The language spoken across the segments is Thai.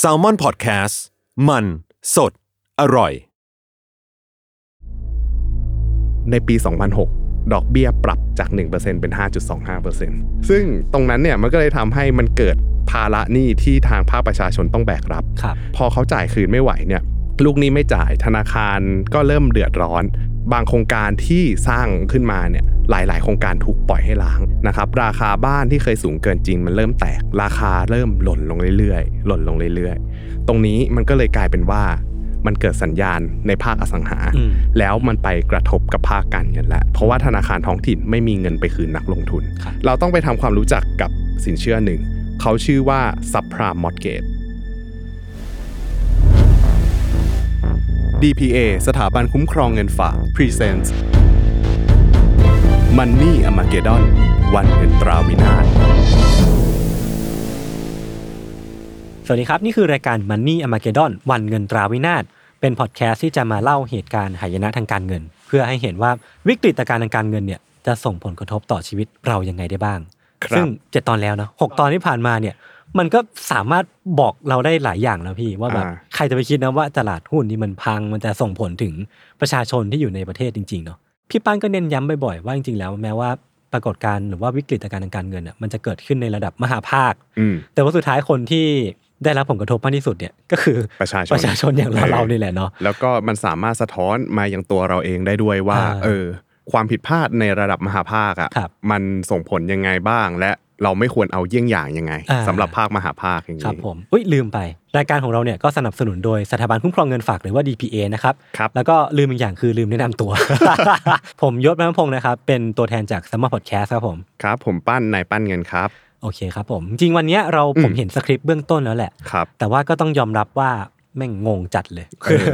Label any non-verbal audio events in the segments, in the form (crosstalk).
s a l ม o n PODCAST มันสดอร่อย ในปี 2006 ดอกเบี้ยปรับจาก 1%เป็น 5.25%ซึ่งตรงนั้นเนี่ยมันก็เลยทำให้มันเกิดภาระหนี้ที่ทางภาคประชาชนต้องแบกรับ ครับ พอเขาจ่ายคืนไม่ไหวเนี่ยลูกหนี้ไม่จ่ายธนาคารก็เริ่มเดือดร้อน บางโครงการที่สร้างขึ้นมาเนี่ยหลาย ๆ โครงการถูกปล่อยให้ล้างนะครับราคาบ้านที่เคยสูงเกินจริง มันเริ่มแตกราคาเริ่มหล่นลงเรื่อย ๆ หล่นลงเรื่อย ๆ ตรงนี้มันก็เลยกลายเป็นว่า มันเกิดสัญญาณในภาคอสังหา อืม แล้วมันไปกระทบกับภาคการเงินแล้วเพราะว่าธนาคารท้องถิ่นไม่มีเงินไปคืนนักลงทุน ครับ เราต้องไปทำความรู้จักกับสินเชื่อหนึ่ง เขาชื่อว่าซับพรามมอดเกต DPA สถาบันคุ้มครองเงินฝาก Presents Money a m a g e d o n วันเงินตราวินาศ สวัสดีครับ นี่คือรายการ Money a m a g e d o n วันเงินตราวินาศเป็นพอดแคสต์ที่จะมาเล่าเหตุการณ์หายนะทางการเงิน เพื่อให้เห็นว่าวิกฤตการณ์ทางการเงินเนี่ยจะส่งผลกระทบต่อชีวิตเรายังไงได้บ้าง ครับ ซึ่งเจ็ดตอนแล้วเนอะหกตอนที่ผ่านมาเนี่ยมันก็สามารถบอกเราได้หลายอย่างแล้วพี่ ว่าแบบ อ่า ใครจะไปคิดนะว่าตลาดหุ้นนี่มันพัง มันจะส่งผลถึงประชาชนที่อยู่ในประเทศจริงๆเนาะพี่ป้านก็เน้นย้ำบ่อยๆว่าจริงๆแล้วแม้ว่าปรากฏการณ์หรือว่าวิกฤตการณ์ทางการเงินอ่ะมันจะเกิดขึ้นในระดับมหาภาค อืม แต่ว่าสุดท้ายคนที่ได้รับผลกระทบมากที่สุดเนี่ยก็คือ ประชาชน ประชาชนอย่างเราเรานี่แหละเนาะ แล้วก็มันสามารถสะท้อนมาอย่างตัวเราเองได้ด้วยว่า อ่า เออ ความผิดพลาดในระดับมหาภาค ครั อะ่ะ บ มันส่งผลยังไงบ้าง และเราไม่ควรเอาเยี่ยงอย่างยังไง อ่า สำหรับภาคมหาภาคอย่าง ครับ นี้ ผมอุ้ยลืมไป รายการของเราเนี่ยก็สนับสนุนโดยสถาบันคุ้มครองเงินฝากหรือว่า DPA นะครับ ครับ แล้วก็ลืมอีกอย่างคือลืมแนะนำตัว (laughs) ผมยศมานพงศ์นะครับ เป็นตัวแทนจากสมาร์ทพอดแคสต์ครับผม ครับ ผมปั้นนายปั้นเงินครับ โอเคครับผม จริงวันเนี้ยเรา อืม ผมเห็นสคริปต์เบื้องต้นแล้วแหละ ครับ แต่ว่าก็ต้องยอมรับว่าแม่งงงจัดเลย เออ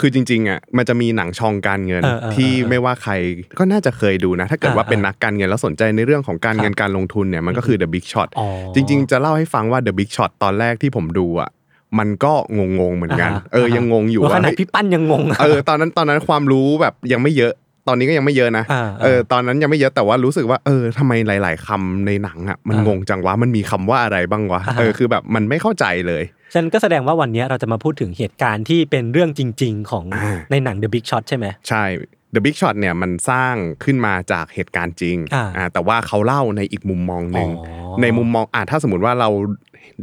คือจริงๆอ่ะมันจะมีหนังชองการเงิน เออเออ ที่ เออ ไม่ว่าใครก็น่าจะเคยดูนะ ถ้าเกิดว่า อ่า เป็นนักการเงินแล้วสนใจในเรื่องของการเงินการลงทุนเนี่ยมันก็คือ The Big Shot อ๋อ จริง ๆ จะเล่าให้ฟังว่า The Big Shot ตอนแรกที่ผมดูอ่ะมันก็งงๆเหมือนกัน อ่าฮะ เออยังงงอยู่ ว่าข ว่า นาด เฮ้ย พี่ปั้นยังงงอะ เออตอนนั้นตอนนั้นความรู้แบบยังไม่เยอะ ตอนนี้ก็ยังไม่เยอะนะ อ่า เออตอนนั้นยังไม่เยอะแต่ว่ารู้สึกว่าเออทำไมหลาย ๆคำในหนังอ่ะมัน อ่าง ง งจังวะมันมีคำว่าอะไรบ้างวะ อ่า เออคือแบบมันไม่เข้าใจเลย ฉะนันก็แสดงว่าวันเนี้ยเราจะมาพูดถึงเหตุการณ์ที่เป็นเรื่องจริง ๆ ของ อ่า ในหนัง The Big Shot ใช่ไหม ใช่ The Big Shot เนี่ยมันสร้างขึ้นมาจากเหตุการณ์จริง อ่า อ่าแต่ว่าเขาเล่าในอีกมุมมองหนึ่ง อ๋อ ในมุมมองอ่าถ้าสมมติว่าเรา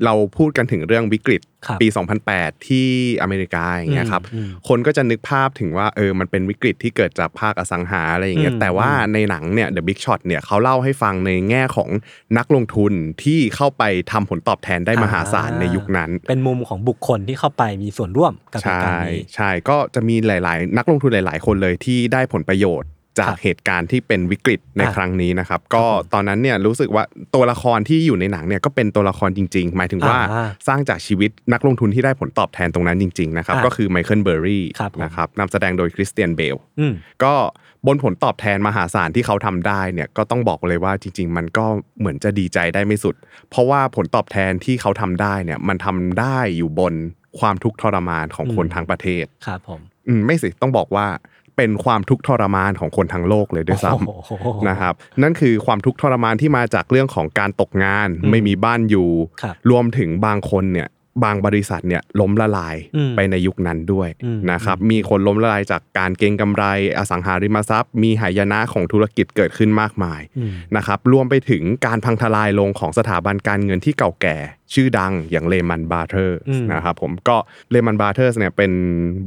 เราพูดกันถึงเรื่องวิกฤต ครับ ปี 2008 ที่อเมริกาอย่างเงี้ยครับ อืมอืม คนก็จะนึกภาพถึงว่าเออมันเป็นวิกฤตที่เกิดจากภาคอสังหาอะไรอย่างเงี้ย อืม แต่ว่าในหนังเนี่ย The Big Shot เนี่ยเขาเล่าให้ฟังในแง่ของนักลงทุนที่เข้าไปทำผลตอบแทนได้มหาศาลในยุคนั้น เป็นมุมของบุคคลที่เข้าไปมีส่วนร่วมกับเห ใช่ ตุการณ์นี้ ใช่ก็จะมีหลาย ๆ นักลงทุนหลาย ๆ คนเลยที่ได้ผลประโยชน์จากครับ เหตุการณ์ที่เป็นวิกฤตใน อ่ะ ครั้งนี้นะครับ ก็ตอนนั้นเนี่ยรู้สึกว่าตัวละครที่อยู่ในหนังเนี่ยก็เป็นตัวละครจริง ๆ หมายถึงว่า อ่า สร้างจากชีวิตนักลงทุนที่ได้ผลตอบแทนตรงนั้นจริง ๆ นะครับ อ่ะ ก็คือไมเคิลเบอร์รี่ ครับผม นะครับนำแสดงโดยคริสเตียนเบล อืม ก็บนผลตอบแทนมหาศาลที่เขาทำได้เนี่ยก็ต้องบอกเลยว่าจริง ๆ มันก็เหมือนจะดีใจได้ไม่สุด เพราะว่าผลตอบแทนที่เขาทำได้เนี่ยมันทำได้อยู่บนความทุกข์ทรมานของคน อืม ทั้งประเทศ ครับผม อืมไม่สิต้องบอกว่าเป็นความทุกข์ทรมานของคนทั้งโลกเลยด้วยซ้ โอ้โห ำนะครับนั่นคือความทุกข์ทรมานที่มาจากเรื่องของการตกงาน อืม ไม่มีบ้านอยู่ ครับ รวมถึงบางคนเนี่ยบางบริษัทเนี่ยล้มละลาย อืม ไป ในยุคนั้นด้วย อืม นะครับ มีคนล้มละลายจากการเก็งกำไรอสังหาริมทรัพย์ มีหายนะของธุรกิจเกิดขึ้นมากมาย อืม นะครับ รวมไปถึงการพังทลายลงของสถาบันการเงินที่เก่าแก่ ชื่อดังอย่างเลมันบาเทอร์ อืม นะครับผมก็เลมันบาเทอร์เนี่ยเป็น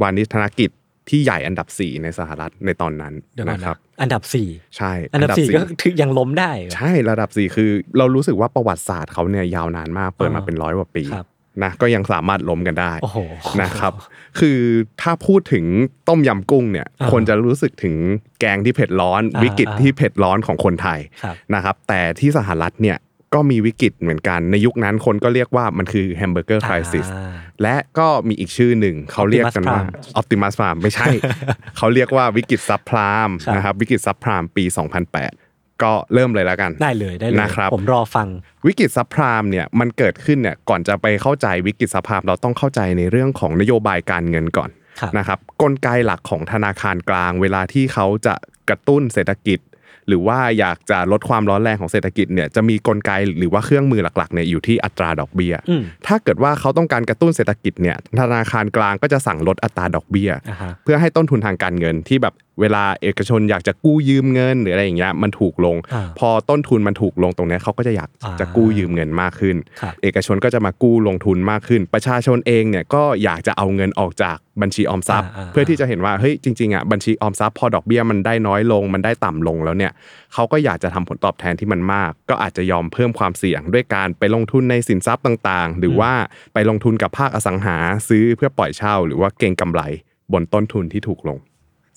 วานิชธนกิจที่ใหญ่อันดับ 4 ในสหรัฐในตอนนั้น เดี๋ยวก่อ นะ น ค นะ รับ อันดับสี่ ใช่ อันดับสี่ก็ถึงยังล้มได้เหรอ (laughs) ใช่ระดับ 4 คือ เรารู้สึกว่าประวัติศาสตร์เขาเนี่ยยาวนานมากเปิดมา อ่า เป็นร้อยกว่าปี ครับ นะก็ยังสามารถล้มกันได้ โอ้โห นะครับ คือถ้าพูดถึงต้มยำกุ้งเนี่ย อ่า คนจะรู้สึกถึงแกงที่เผ็ดร้อน อ่า วิกฤต อ่า ที่เผ็ดร้อนของคนไทย ครับ นะครับ แต่ที่สหรัฐเนี่ยก็มีวิกฤตเหมือนกัน ในยุคนั้นคนก็เรียกว่ามันคือแฮมเบอร์เกอร์คริสิส อ่า และก็มีอีกชื่อหนึ่งเขาเรียกกันว่า Optimus ออ t ติมัส r ามไม่ใช่ (laughs) เขาเรียกว่าวิกฤตซับพราม ครับ นะครับ วิกฤตซับพรามปี 2008 ก็เริ่มเลยแล้วกัน ได้เลยได้เลย นะครับ ผมรอฟัง วิกฤตซับพรามเนี่ยมันเกิดขึ้นเนี่ยก่อนจะไปเข้าใจวิกฤตซับพรามเราต้องเข้าใจในเรื่องของนโยบายการเงินก่อน ครับ นะครับกลไกหลักของธนาคารกลาง เวลาที่เขาจะกระตุ้นเศรษฐกิจ หรือว่าอยากจะลดความร้อนแรงของเศรษฐกิจเนี่ยจะมีกลไกหรือว่าเครื่องมือหลักๆเนี่ยอยู่ที่อัตราดอกเบี้ย อืม ถ้าเกิดว่าเขาต้องการกระตุ้นเศรษฐกิจเนี่ยธนาคารกลางก็จะสั่งลดอัตราดอกเบี้ย อ่าฮะ เพื่อให้ต้นทุนทางการเงินที่แบบเวลาเอกชนอยากจะกู้ยืมเงินหรืออะไรอย่างเงี้ยมันถูกลง อ่า พอต้นทุนมันถูกลงตรงเนี้ยเขาก็จะอยาก อ่า จะกู้ยืมเงินมากขึ้น ครับ เอกชนก็จะมากู้ลงทุนมากขึ้น ประชาชนเองเนี่ยก็อยากจะเอาเงินออกจากบัญชีออมทรัพย์ อ่าอ่า เพื่อที่จะเห็นว่าเฮ้ยจริงๆอ่ะบัญชีออมทรัพย์พอดอกเบี้ยมันได้น้อยลง มันได้ต่ำลงแล้วเนี่ยเขาก็อยากจะทำผลตอบแทนที่มันมาก ก็อาจจะยอมเพิ่มความเสี่ยงด้วยการไปลงทุนในสินทรัพย์ต่างๆ หรือว่าไปลงทุนกับภาคอสังหาซื้อเพื่อปล่อยเช่า หรือว่าเก็งกำไร บนต้นทุนที่ถูกลง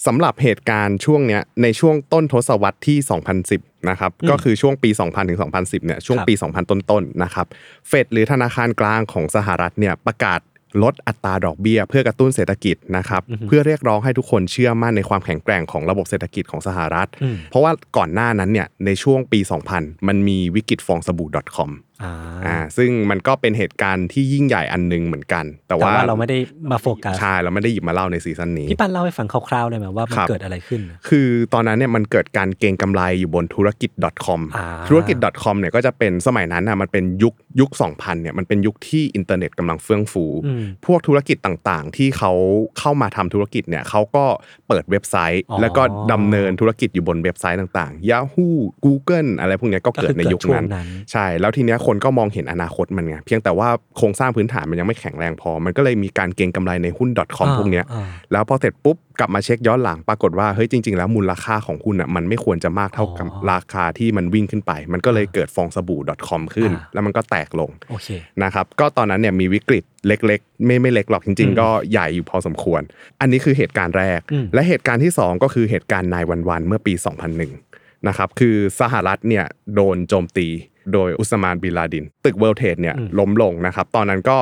สำหรับเหตุการณ์ช่วงเนี้ยในช่วงต้นทศวรรษที่ 2010 นะครับ ก็คือช่วงปี 2000 ถึง 2010 เนี่ย ช่วง ครับ ปี 2000 ต้นๆ นะครับ เฟดหรือธนาคารกลางของสหรัฐเนี่ยประกาศลดอัตราดอกเบี้ย เพื่อกระตุ้นเศรษฐกิจนะครับ อือฮึ เพื่อเรียกร้องให้ทุกคนเชื่อมั่นในความแข็งแกร่งของระบบเศรษฐกิจของสหรัฐ อืม เพราะว่าก่อนหน้านั้นเนี่ยในช่วงปี 2000 มันมีวิกฤตฟองสบู่ .com อ่า อ่าซึ่งมันก็เป็นเหตุการณ์ที่ยิ่งใหญ่อันหนึงเหมือนกัน แต่ แต่ว่าเราไม่ได้มาโฟกัส ใช่เราไม่ได้หยิบมาเล่าในซีซั่นนี้ พี่ปันเล่าให้ฟังคร่าวๆเลยไหมว่ามัน ครับ เกิดอะไรขึ้นนะ คือตอนนั้นเนี่ยมันเกิดการเก็งกำไรอยู่บนธุรกิจ .com อ่า ธุรกิจ .com เนี่ยก็จะเป็นสมัยนั้นนะมันเป็นยุคยุค 2000เนี่ยมันเป็นยุคที่อินเทอร์เน็ตกำลังเฟื่องฟู อืม พวกธุรกิจต่างๆ ที่เขาเข้ามาทำธุรกิจเนี่ยเขาก็เปิดเว็บไซต์ อ๋อ แล้วก็ดำเนินธุรกิจอยู่บนเว็บไซต์ต่างๆ Yahoo Google อะไรพวกเนี้ยก็ ก็ เกิด คือ ใน เกิด ยุค ช่วง นั้น นั้น ใช่ แล้วทีเนี้ยคนก็มองเห็นอนาคตมันไงเพียงแต่ว่าโครงสร้างพื้นฐานมันยังไม่แข็งแรงพอ มันก็เลยมีการเก็งกำไรในหุ้น .com พวกเนี้ย อ่า แล้วพอเสร็จปุ๊บกลับมาเช็คย้อนหลังปรากฏว่าเฮ้ยจริง ๆ แล้วมูลค่าของหุ้นอ่ะมันไม่ควรจะมากเท่ากับ อ๋อ ราคาที่มันวิ่งขึ้นไป มันก็เลยเกิดฟองสบู่ .com ขึ้น อ่า แล้วมันก็แตกลง โอเค นะครับก็ตอนนั้นเนี่ยมีวิกฤตเล็กๆ ไม่ไม่เล็กหรอกจริง อืม ๆ ก็ใหญ่อยู่พอสมควร อันนี้คือเหตุการณ์แรก อืม และเหตุการณ์ที่ 2 ก็คือเหตุการณ์นายวันวันเมื่อปี 2001นะครับคือสหรัฐเนี่ยโดนโจมตีโดยอุสมานบินลาดิน ตึกเวิลด์เทรดเนี่ย อืม ล้มลงนะครับตอนนั้นก็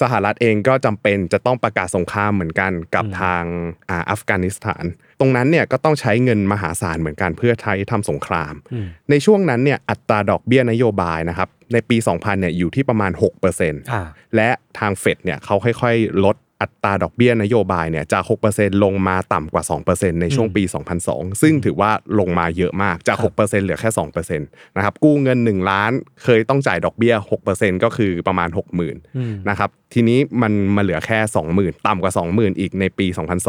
สหรัฐเองก็จำเป็นจะต้องประกาศสงครามเหมือนกันกับ อืม ทางอ่าอัฟกานิสถาน ตรงนั้นเนี่ยก็ต้องใช้เงินมหาศาลเหมือนกันเพื่อใช้ทำสงคราม อืม ในช่วงนั้นเนี่ยอัตราดอกเบี้ยนโยบายนะครับในปี 2000เนี่ยอยู่ที่ประมาณ 6% อ่า และทางเฟดเนี่ยเขาค่อยๆ ลดอัตราดอกเบี้ยนโยบายเนี่ยจาก 6%ลงมาต่ำกว่า 2%ในช่วงปี 2002 ซึ่งถือว่าลงมาเยอะมากจาก ครับ 6%เหลือแค่2%นะครับกู้เงิน 1 ล้านเคยต้องจ่ายดอกเบี้ย 6%ก็คือประมาณ 60,000 อืม นะครับทีนี้มันมาเหลือแค่ 20,000 ต่ำกว่า 20,000 อีกในปี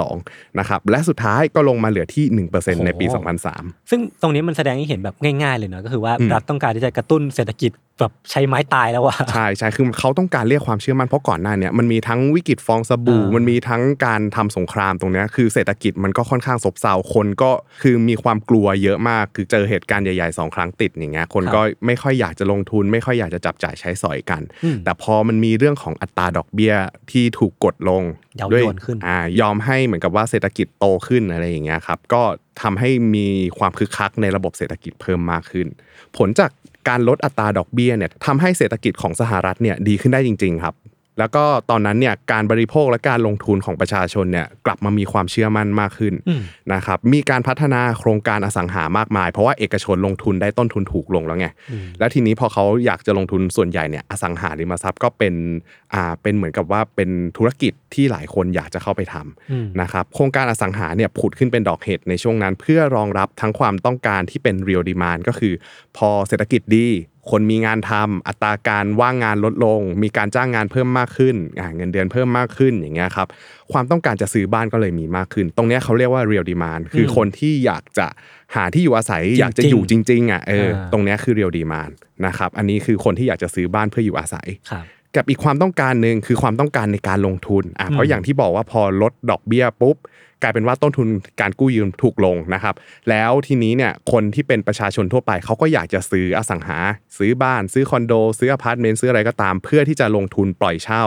2002นะครับและสุดท้ายก็ลงมาเหลือที่ 1%ในปี โอ้ 2003 ซึ่งตรงนี้มันแสดงให้เห็นแบบง่ายๆเลยเนาะก็คือว่า อืม รัฐต้องการที่จะกระตุ้นเศรษฐกิจแบบใช้ไม้ตายแล้วอะ ใช่ใช่คือเขาต้องการเรียกความเชื่อมั่นเพราะก่อนหน้าเนี้มันมีทั้งวิกฤตฟองสบู่ อ่ามั มันมีทั้งการทำสงครามตรงเนี้ยคือเศรษฐกิจมันก็ค่อนข้างซบเซาคนก็คือมีความกลัวเยอะมาก คือเจอเหตุการณ์ใหญ่ๆสองครั้งติดอย่างเงี้ยคน ครับ ก็ไม่ค่อยอยากจะลงทุน ไม่ค่อยอยากจะจับจ่ายใช้สอยกัน อืม แต่พอมันมีเรื่องของอัตราดอกเบี้ยที่ถูกกดลง เย้า ด้วย ยวนขึ้น อ่ายอมให้เหมือนกับว่าเศรษฐกิจโตขึ้นอะไรอย่างเงี้ยครับก็ทำให้มีความคึกคักในระบบเศรษฐกิจเพิ่มมากขึ้น ผลจากการลดอัตราดอกเบี้ยเนี่ยทำให้เศรษฐกิจของสหรัฐเนี่ยดีขึ้นได้จริง ๆ ครับ แล้วก็ตอนนั้นเนี่ยการบริโภคและการลงทุนของประชาชนเนี่ยกลับมามีความเชื่อมั่นมากขึ้น อืม นะครับมีการพัฒนาโครงการอสังหามากมาย เพราะว่าเอกชนลงทุนได้ต้นทุนถูกลงแล้วไง อืม แล้วทีนี้พอเขาอยากจะลงทุนส่วนใหญ่เนี่ยอสังหาริมทรัพย์ก็เป็นอ่าเป็นเหมือนกับว่าเป็นธุรกิจที่หลายคนอยากจะเข้าไปทำ อืม นะครับโครงการอสังหาเนี่ยผุดขึ้นเป็นดอกเห็ดในช่วงนั้น เพื่อรองรับทั้งความต้องการที่เป็นเรียลดีมานก็คือ พอเศรษฐกิจดี คนมีงานทำอัตราการว่างงานลดลง มีการจ้างงานเพิ่มมากขึ้นอ่าเงินเดือนเพิ่มมากขึ้นอย่างเงี้ยครับ ความต้องการจะซื้อบ้านก็เลยมีมากขึ้น ตรงเนี้ยเขาเรียกว่า real demand คือ ม คนที่อยากจะหาที่อยู่อาศัย จริงๆ อยากจะอยู่จริงๆอ่ะเอออา ตรงเนี้ยคือ real demand นะครับอันนี้คือคนที่อยากจะซื้อบ้านเพื่ออยู่อาศัย ครับ กับอีกความต้องการหนึ่งคือความต้องการในการลงทุนอ่ะเพ อื ราะ ม อย่างที่บอกว่าพอลดดอกเบี้ยปุ๊บ กลายเป็นว่าต้นทุนการกู้ยืมถูกลงนะครับ แล้วทีนี้เนี่ยคนที่เป็นประชาชนทั่วไปเขาก็อยากจะซื้ออสังหา ซื้อบ้าน ซื้อคอนโด ซื้ออพาร์ตเมนต์ซื้ออะไรก็ตาม เพื่อที่จะลงทุนปล่อยเช่า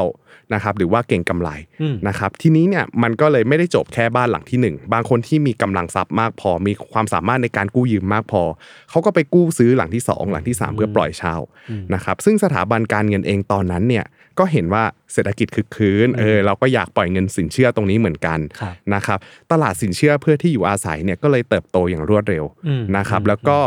นะครับหรือว่าเก่งกำไร อืม นะครับทีนี้เนี่ยมันก็เลยไม่ได้จบแค่บ้านหลังทีหนึ่งบางคนที่มีกำลังทรัพย์มากพอ มีความสามารถในการกู้ยืมมากพอ เขาก็ไปกู้ซื้อหลังที่สองหลังที่สามเพื่อปล่อยเช่า อืม นะครับซึ่งสถาบันการเงินเองตอนนั้นเนี่ยก็เห็นว่าเศรษฐกิจคึกคืนเออเราก็อยากปล่อยเงินสินเชื่อตรงนี้เหมือนกัน ครับ นะครับตลาดสินเชื่อเพื่อที่อยู่อาศัยเนี่ยก็เลยเติบโตอย่างรวดเร็ว อืม นะครับ อืม แล้วก็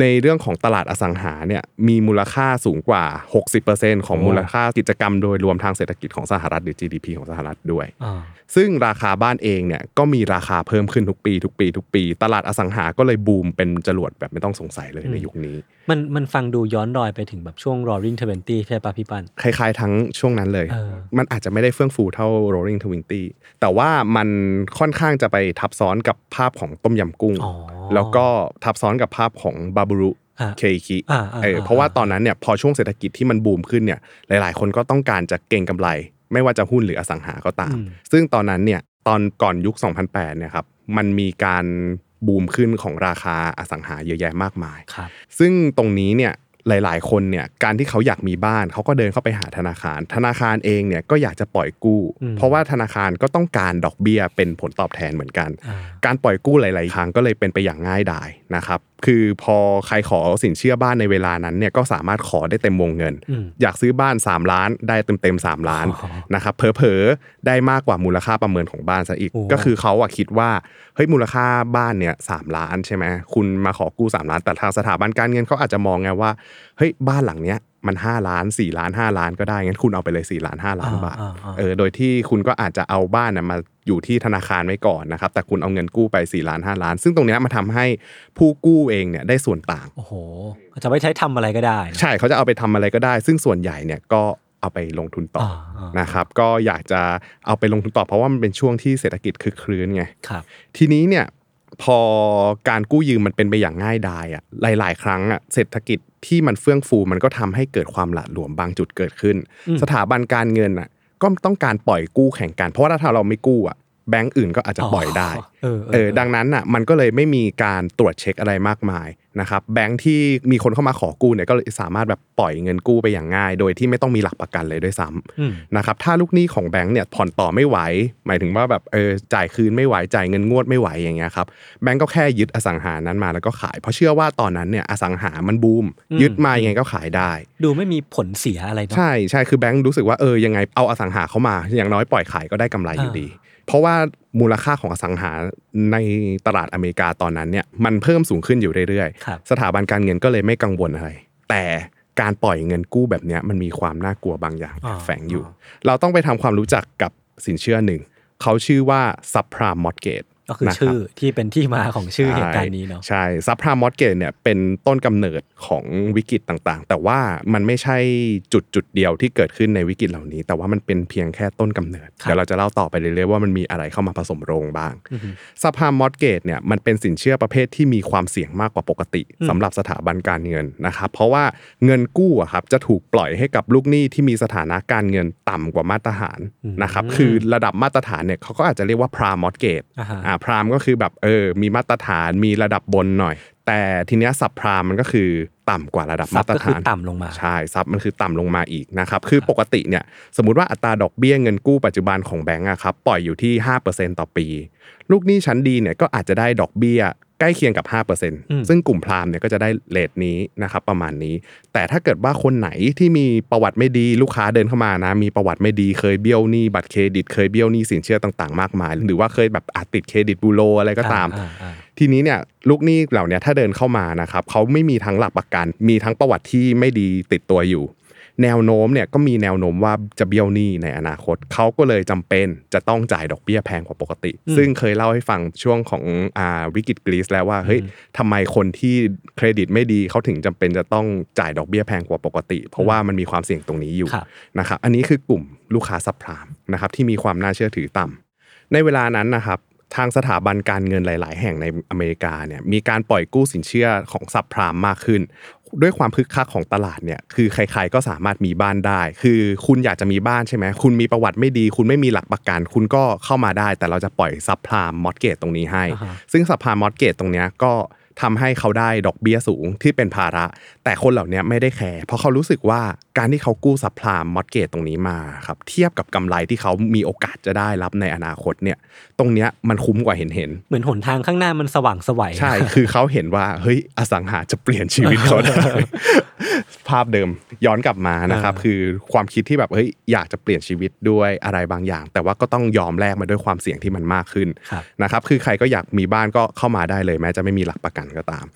ในเรื่องของตลาดอสังหาเนี่ยมีมูลค่าสูงกว่า 60%ของ โอ้ มูลค่ากิจกรรมโดยรวมทางเศรษฐกิจของสหรัฐหรือ GDP ของสหรัฐด้วย อ่า ซึ่งราคาบ้านเองเนี่ยก็มีราคาเพิ่มขึ้นทุกปีทุกปี ทุกปี ตลาดอสังหาก็เลยบูมเป็นจรวดแบบไม่ต้องสงสัยเลยในยุคนี้ มันมันฟังดูย้อนรอยไปถึงแบบช่วง roaring twenty ใช่ป่ะพี่ปัน คล้ายๆทั้งช่วงนั้นเลย เออ มันอาจจะไม่ได้เฟื่องฟูเท่า Roaring Twenty แต่ว่ามันค่อนข้างจะไปทับซ้อนกับภาพของต้มยำกุ้ง อ๋อ แล้วก็ทับซ้อนกับภาพของบาบูรุ ฮะ เคคิ อ่าอ่า เออ อ่า เพราะว่าตอนนั้นเนี่ยพอช่วงเศรษฐกิจที่มันบูมขึ้นเนี่ยหลายๆ คนก็ต้องการจะเก็งกำไร ไม่ว่าจะหุ้นหรืออสังหาก็ตาม ซึ่งตอนนั้นเนี่ยตอนก่อนยุค 2008เนี่ยครับมันมีการบูมขึ้นของราคาอสังหาเยอะแยะมากมาย ครับ ซึ่งตรงนี้เนี่ยหลาย ๆ คนเนี่ยการที่เขาอยากมีบ้านเขาก็เดินเข้าไปหาธนาคาร ธนาคารเองเนี่ยก็อยากจะปล่อยกู้ เพราะว่าธนาคารก็ต้องการดอกเบี้ยเป็นผลตอบแทนเหมือนกัน อ่า การปล่อยกู้หลาย ๆ ครั้งก็เลยเป็นไปอย่างง่ายดายนะครับคือพอใครขอสินเชื่อบ้านในเวลานั้นเนี่ยก็สามารถขอได้เต็มวงเงิน อืม อยากซื้อบ้าน 3 ล้านได้เต็มเต็มๆ3ล้าน อ๋อ นะครับเผลอๆได้มากกว่ามูลค่าประเมินของบ้านซะอีก โอ้ ก็คือเขาอะคิดว่าเฮ้ยมูลค่าบ้านเนี่ยสล้านใช่ไหมคุณมาขอกู้ 3 ล้าน แต่ทางสถาบันการเงินเขาอาจจะมองไงว่าเฮ้ยบ้านหลังเนี้ยมัน 5 ล้าน 4 ล้าน 5 ล้านก็ได้งั้นคุณเอาไปเลย 4 ล้าน 5 ล้านบาท อ่อ่า เออโดยที่คุณก็อาจจะเอาบ้านนะมาอยู่ที่ธนาคารไว้ก่อนนะครับ แต่คุณเอาเงินกู้ไป4ล้าน5ล้าน ซึ่งตรงเนี้ยมาทำให้ผู้กู้เองเนี่ยได้ส่วนต่าง โอ้โหก็จะไม่ใช้ทำอะไรก็ได้นะ ใช่เขาจะเอาไปทำอะไรก็ได้ ซึ่งส่วนใหญ่เนี่ยก็เอาไปลงทุนต่ออา นะครับ ก็อยากจะเอาไปลงทุนต่อเพราะว่ามันเป็นช่วงที่เศรษฐกิจคึกครื้นไง ครับ ทีนี้เนี่ยพอการกู้ยืมมันเป็นไปอย่างง่ายดายอะหลาย ๆ ครั้งอะเศรษฐกิจที่มันเฟื่องฟูมันก็ทำให้เกิดความหละหลวมบางจุดเกิดขึ้น สถาบันการเงินอะก็ต้องการปล่อยกู้แข่งกัน เพราะว่าถ้าเราไม่กู้อะแบงก์อื่นก็อาจจะปล่อยได้ เออ เออดังนั้นอ่ะมันก็เลยไม่มีการตรวจเช็คอะไรมากมายนะครับแบงค์ที่มีคนเข้ามาขอกู้เนี่ยก็เลยสามารถแบบปล่อยเงินกู้ไปอย่างง่าย โดยที่ไม่ต้องมีหลักประกันเลยด้วยซ้ำ อืม นะครับถ้าลูกหนี้ของแบงค์เนี่ยผ่อนต่อไม่ไหว หมายถึงว่าแบบเออจ่ายคืนไม่ไหวจ่ายเงินงวดไม่ไหวอย่างเงี้ยครับแบงค์ก็แค่ยึดอสังหานั้นมาแล้วก็ขาย เพราะเชื่อว่าตอนนั้นเนี่ยอสังหามันบูม ยึดมายังไงก็ขายได้ ดูไม่มีผลเสียอะไรเนอะ ใช่ใช่คือแบงค์รู้สึกว่าเออยังไงเอาอสังหาเข้ามา อย่างน้อยปล่อยขายก็ได้กำไรอยู่ อ่า ดี เพราะว่ามูลค่าของอสังหาในตลาดอเมริกาตอนนั้นเนี่ยมันเพิ่มสูงขึ้นอยู่เรื่อย ครับ ๆ สถาบันการเงินก็เลยไม่กังวลอะไร แต่การปล่อยเงินกู้แบบเนี้ยมันมีความน่ากลัวบางอย่าง อ่า แฝงอยู่ เราต้องไปทำความรู้จักกับสินเชื่อหนึ่ง เขาชื่อว่าซับพรามมอดเกต ก็คือ นะครับ ชื่อที่เป็นที่มาของชื่อเหตุการณ์นี้เนาะ ใช่ซับพรามมอดเกตเนี่ยเป็นต้นกำเนิดของวิกฤตต่างๆ แต่ว่ามันไม่ใช่จุดจุดๆเดียวที่เกิดขึ้นในวิกฤตเหล่านี้ แต่ว่ามันเป็นเพียงแค่ต้นกำเนิด ครับ เดี๋ยวเราจะเล่าต่อไปเรื่อยๆว่ามันมีอะไรเข้ามาผสมโรงบ้างซับพรามมอดเกตเนี่ยมันเป็นสินเชื่อประเภทที่มีความเสี่ยงมากกว่าปกติสำหรับสถาบันการเงินนะครับเพราะว่าเงินกู้อะครับจะถูกปล่อยให้กับลูกหนี้ที่มีสถานะการเงินต่ำกว่ามาตรฐานนะครับคือระดับมาตรฐานเนี่ยเขาก็อาจจะเรียกว่าพรามมอดเกต อ่าฮะ อ่าพรามก็คือแบบเออมีมาตรฐานมีระดับบนหน่อย แต่ทีเนี้ยสับพรามมันก็คือต่ำกว่าระดับ ซั มา บ ตร ก็คือ ฐาน ต่ำลงมา ใช่ซับมันคือต่ำลงมาอีกนะครับคือปกติเนี่ยสมมติว่าอัตราดอกเบี้ยเงินกู้ปัจจุบันของแบงก์อะครับปล่อยอยู่ที่ 5%ต่อปี ลูกหนี้ชั้นดีเนี่ยก็อาจจะได้ดอกเบี้ยใกล้เคียงกับ 5%ซึ่งกลุ่มพรามเนี่ยก็จะได้เลทนี้นะครับประมาณนี้ แต่ถ้าเกิดว่าคนไหนที่มีประวัติไม่ดีลูกค้าเดินเข้ามานะ มีประวัติไม่ดีเคยเบี้ยวหนี้บัตรเครดิตเคยเบี้ยวหนี้สินเชื่อต่างๆมากมาย หรือว่าเคยแบบอาจติดเครดิตบูโรอะไรก็ตาม อ่าอ่าอ่า ทีนี้เนี่ยลูกหนี้เหล่าเนี้ยถ้าเดินเข้ามานะครับเขาไม่มีทั้งหลักประกัน มีทั้งประวัติที่ไม่ดีติดตัวอยู่ แนวโน้มเนี่ยก็มีแนวโน้มว่าจะเบี้ยวหนี้ในอนาคตเขาก็เลยจำเป็นจะต้องจ่ายดอกเบี้ยแพงกว่าปกติ ซึ่งเคยเล่าให้ฟังช่วงของอ่าวิกฤตกรีซแล้วว่าเฮ้ยทำไมคนที่เครดิตไม่ดีเขาถึงจำเป็นจะต้องจ่ายดอกเบี้ยแพงกว่าปกติ เพราะว่ามันมีความเสี่ยงตรงนี้อยู่ ครับ นะครับอันนี้คือกลุ่มลูกค้าซับพรามนะครับที่มีความน่าเชื่อถือต่ำ ในเวลานั้นนะครับทางสถาบันการเงินหลาย ๆ แห่งในอเมริกาเนี่ยมีการปล่อยกู้สินเชื่อของสับพรามมากขึ้น ด้วยความคึกคักของตลาดเนี่ยคือใคร ๆ ก็สามารถมีบ้านได้ คือคุณอยากจะมีบ้านใช่ไหมคุณมีประวัติไม่ดี คุณไม่มีหลักประกัน คุณก็เข้ามาได้ แต่เราจะปล่อยสับพรามมอดเกตตรงนี้ให้ อ่าฮะ ซึ่งสับพรามมอดเกตตรงเนี้ยก็ทำให้เขาได้ดอกเบี้ยสูงที่เป็นภาระ แต่คนเหล่าเนี้ยไม่ได้แคร์เพราะเขารู้สึกว่าการที่เขากู้สับพรามมอดเกตตรงนี้มาครับเทียบกับกำไรที่เขามีโอกาสจะได้รับในอนาคตเนี่ยตรงเนี้ยมันคุ้มกว่าเห็นเห็น เหมือนหนทางข้างหน้ามันสว่างไสวัย ๆใช่ คือเขาเห็นว่าเฮ้ยอสังหาจะเปลี่ยนชีวิตเขาได้ พ าพเดิมย้อนกลับมานะครับ อ่า คือความคิดที่แบบเฮ้ยอยากจะเปลี่ยนชีวิตด้วยอะไรบางอย่าง แต่ว่าก็ต้องยอมแลกมาด้วยความเสี่ยงที่มันมากขึ้น ครับ นะครับคือใครก็อยากมีบ้านก็เข้ามาได้เลยแม้จะไม่มีหลักประกันก็ตาม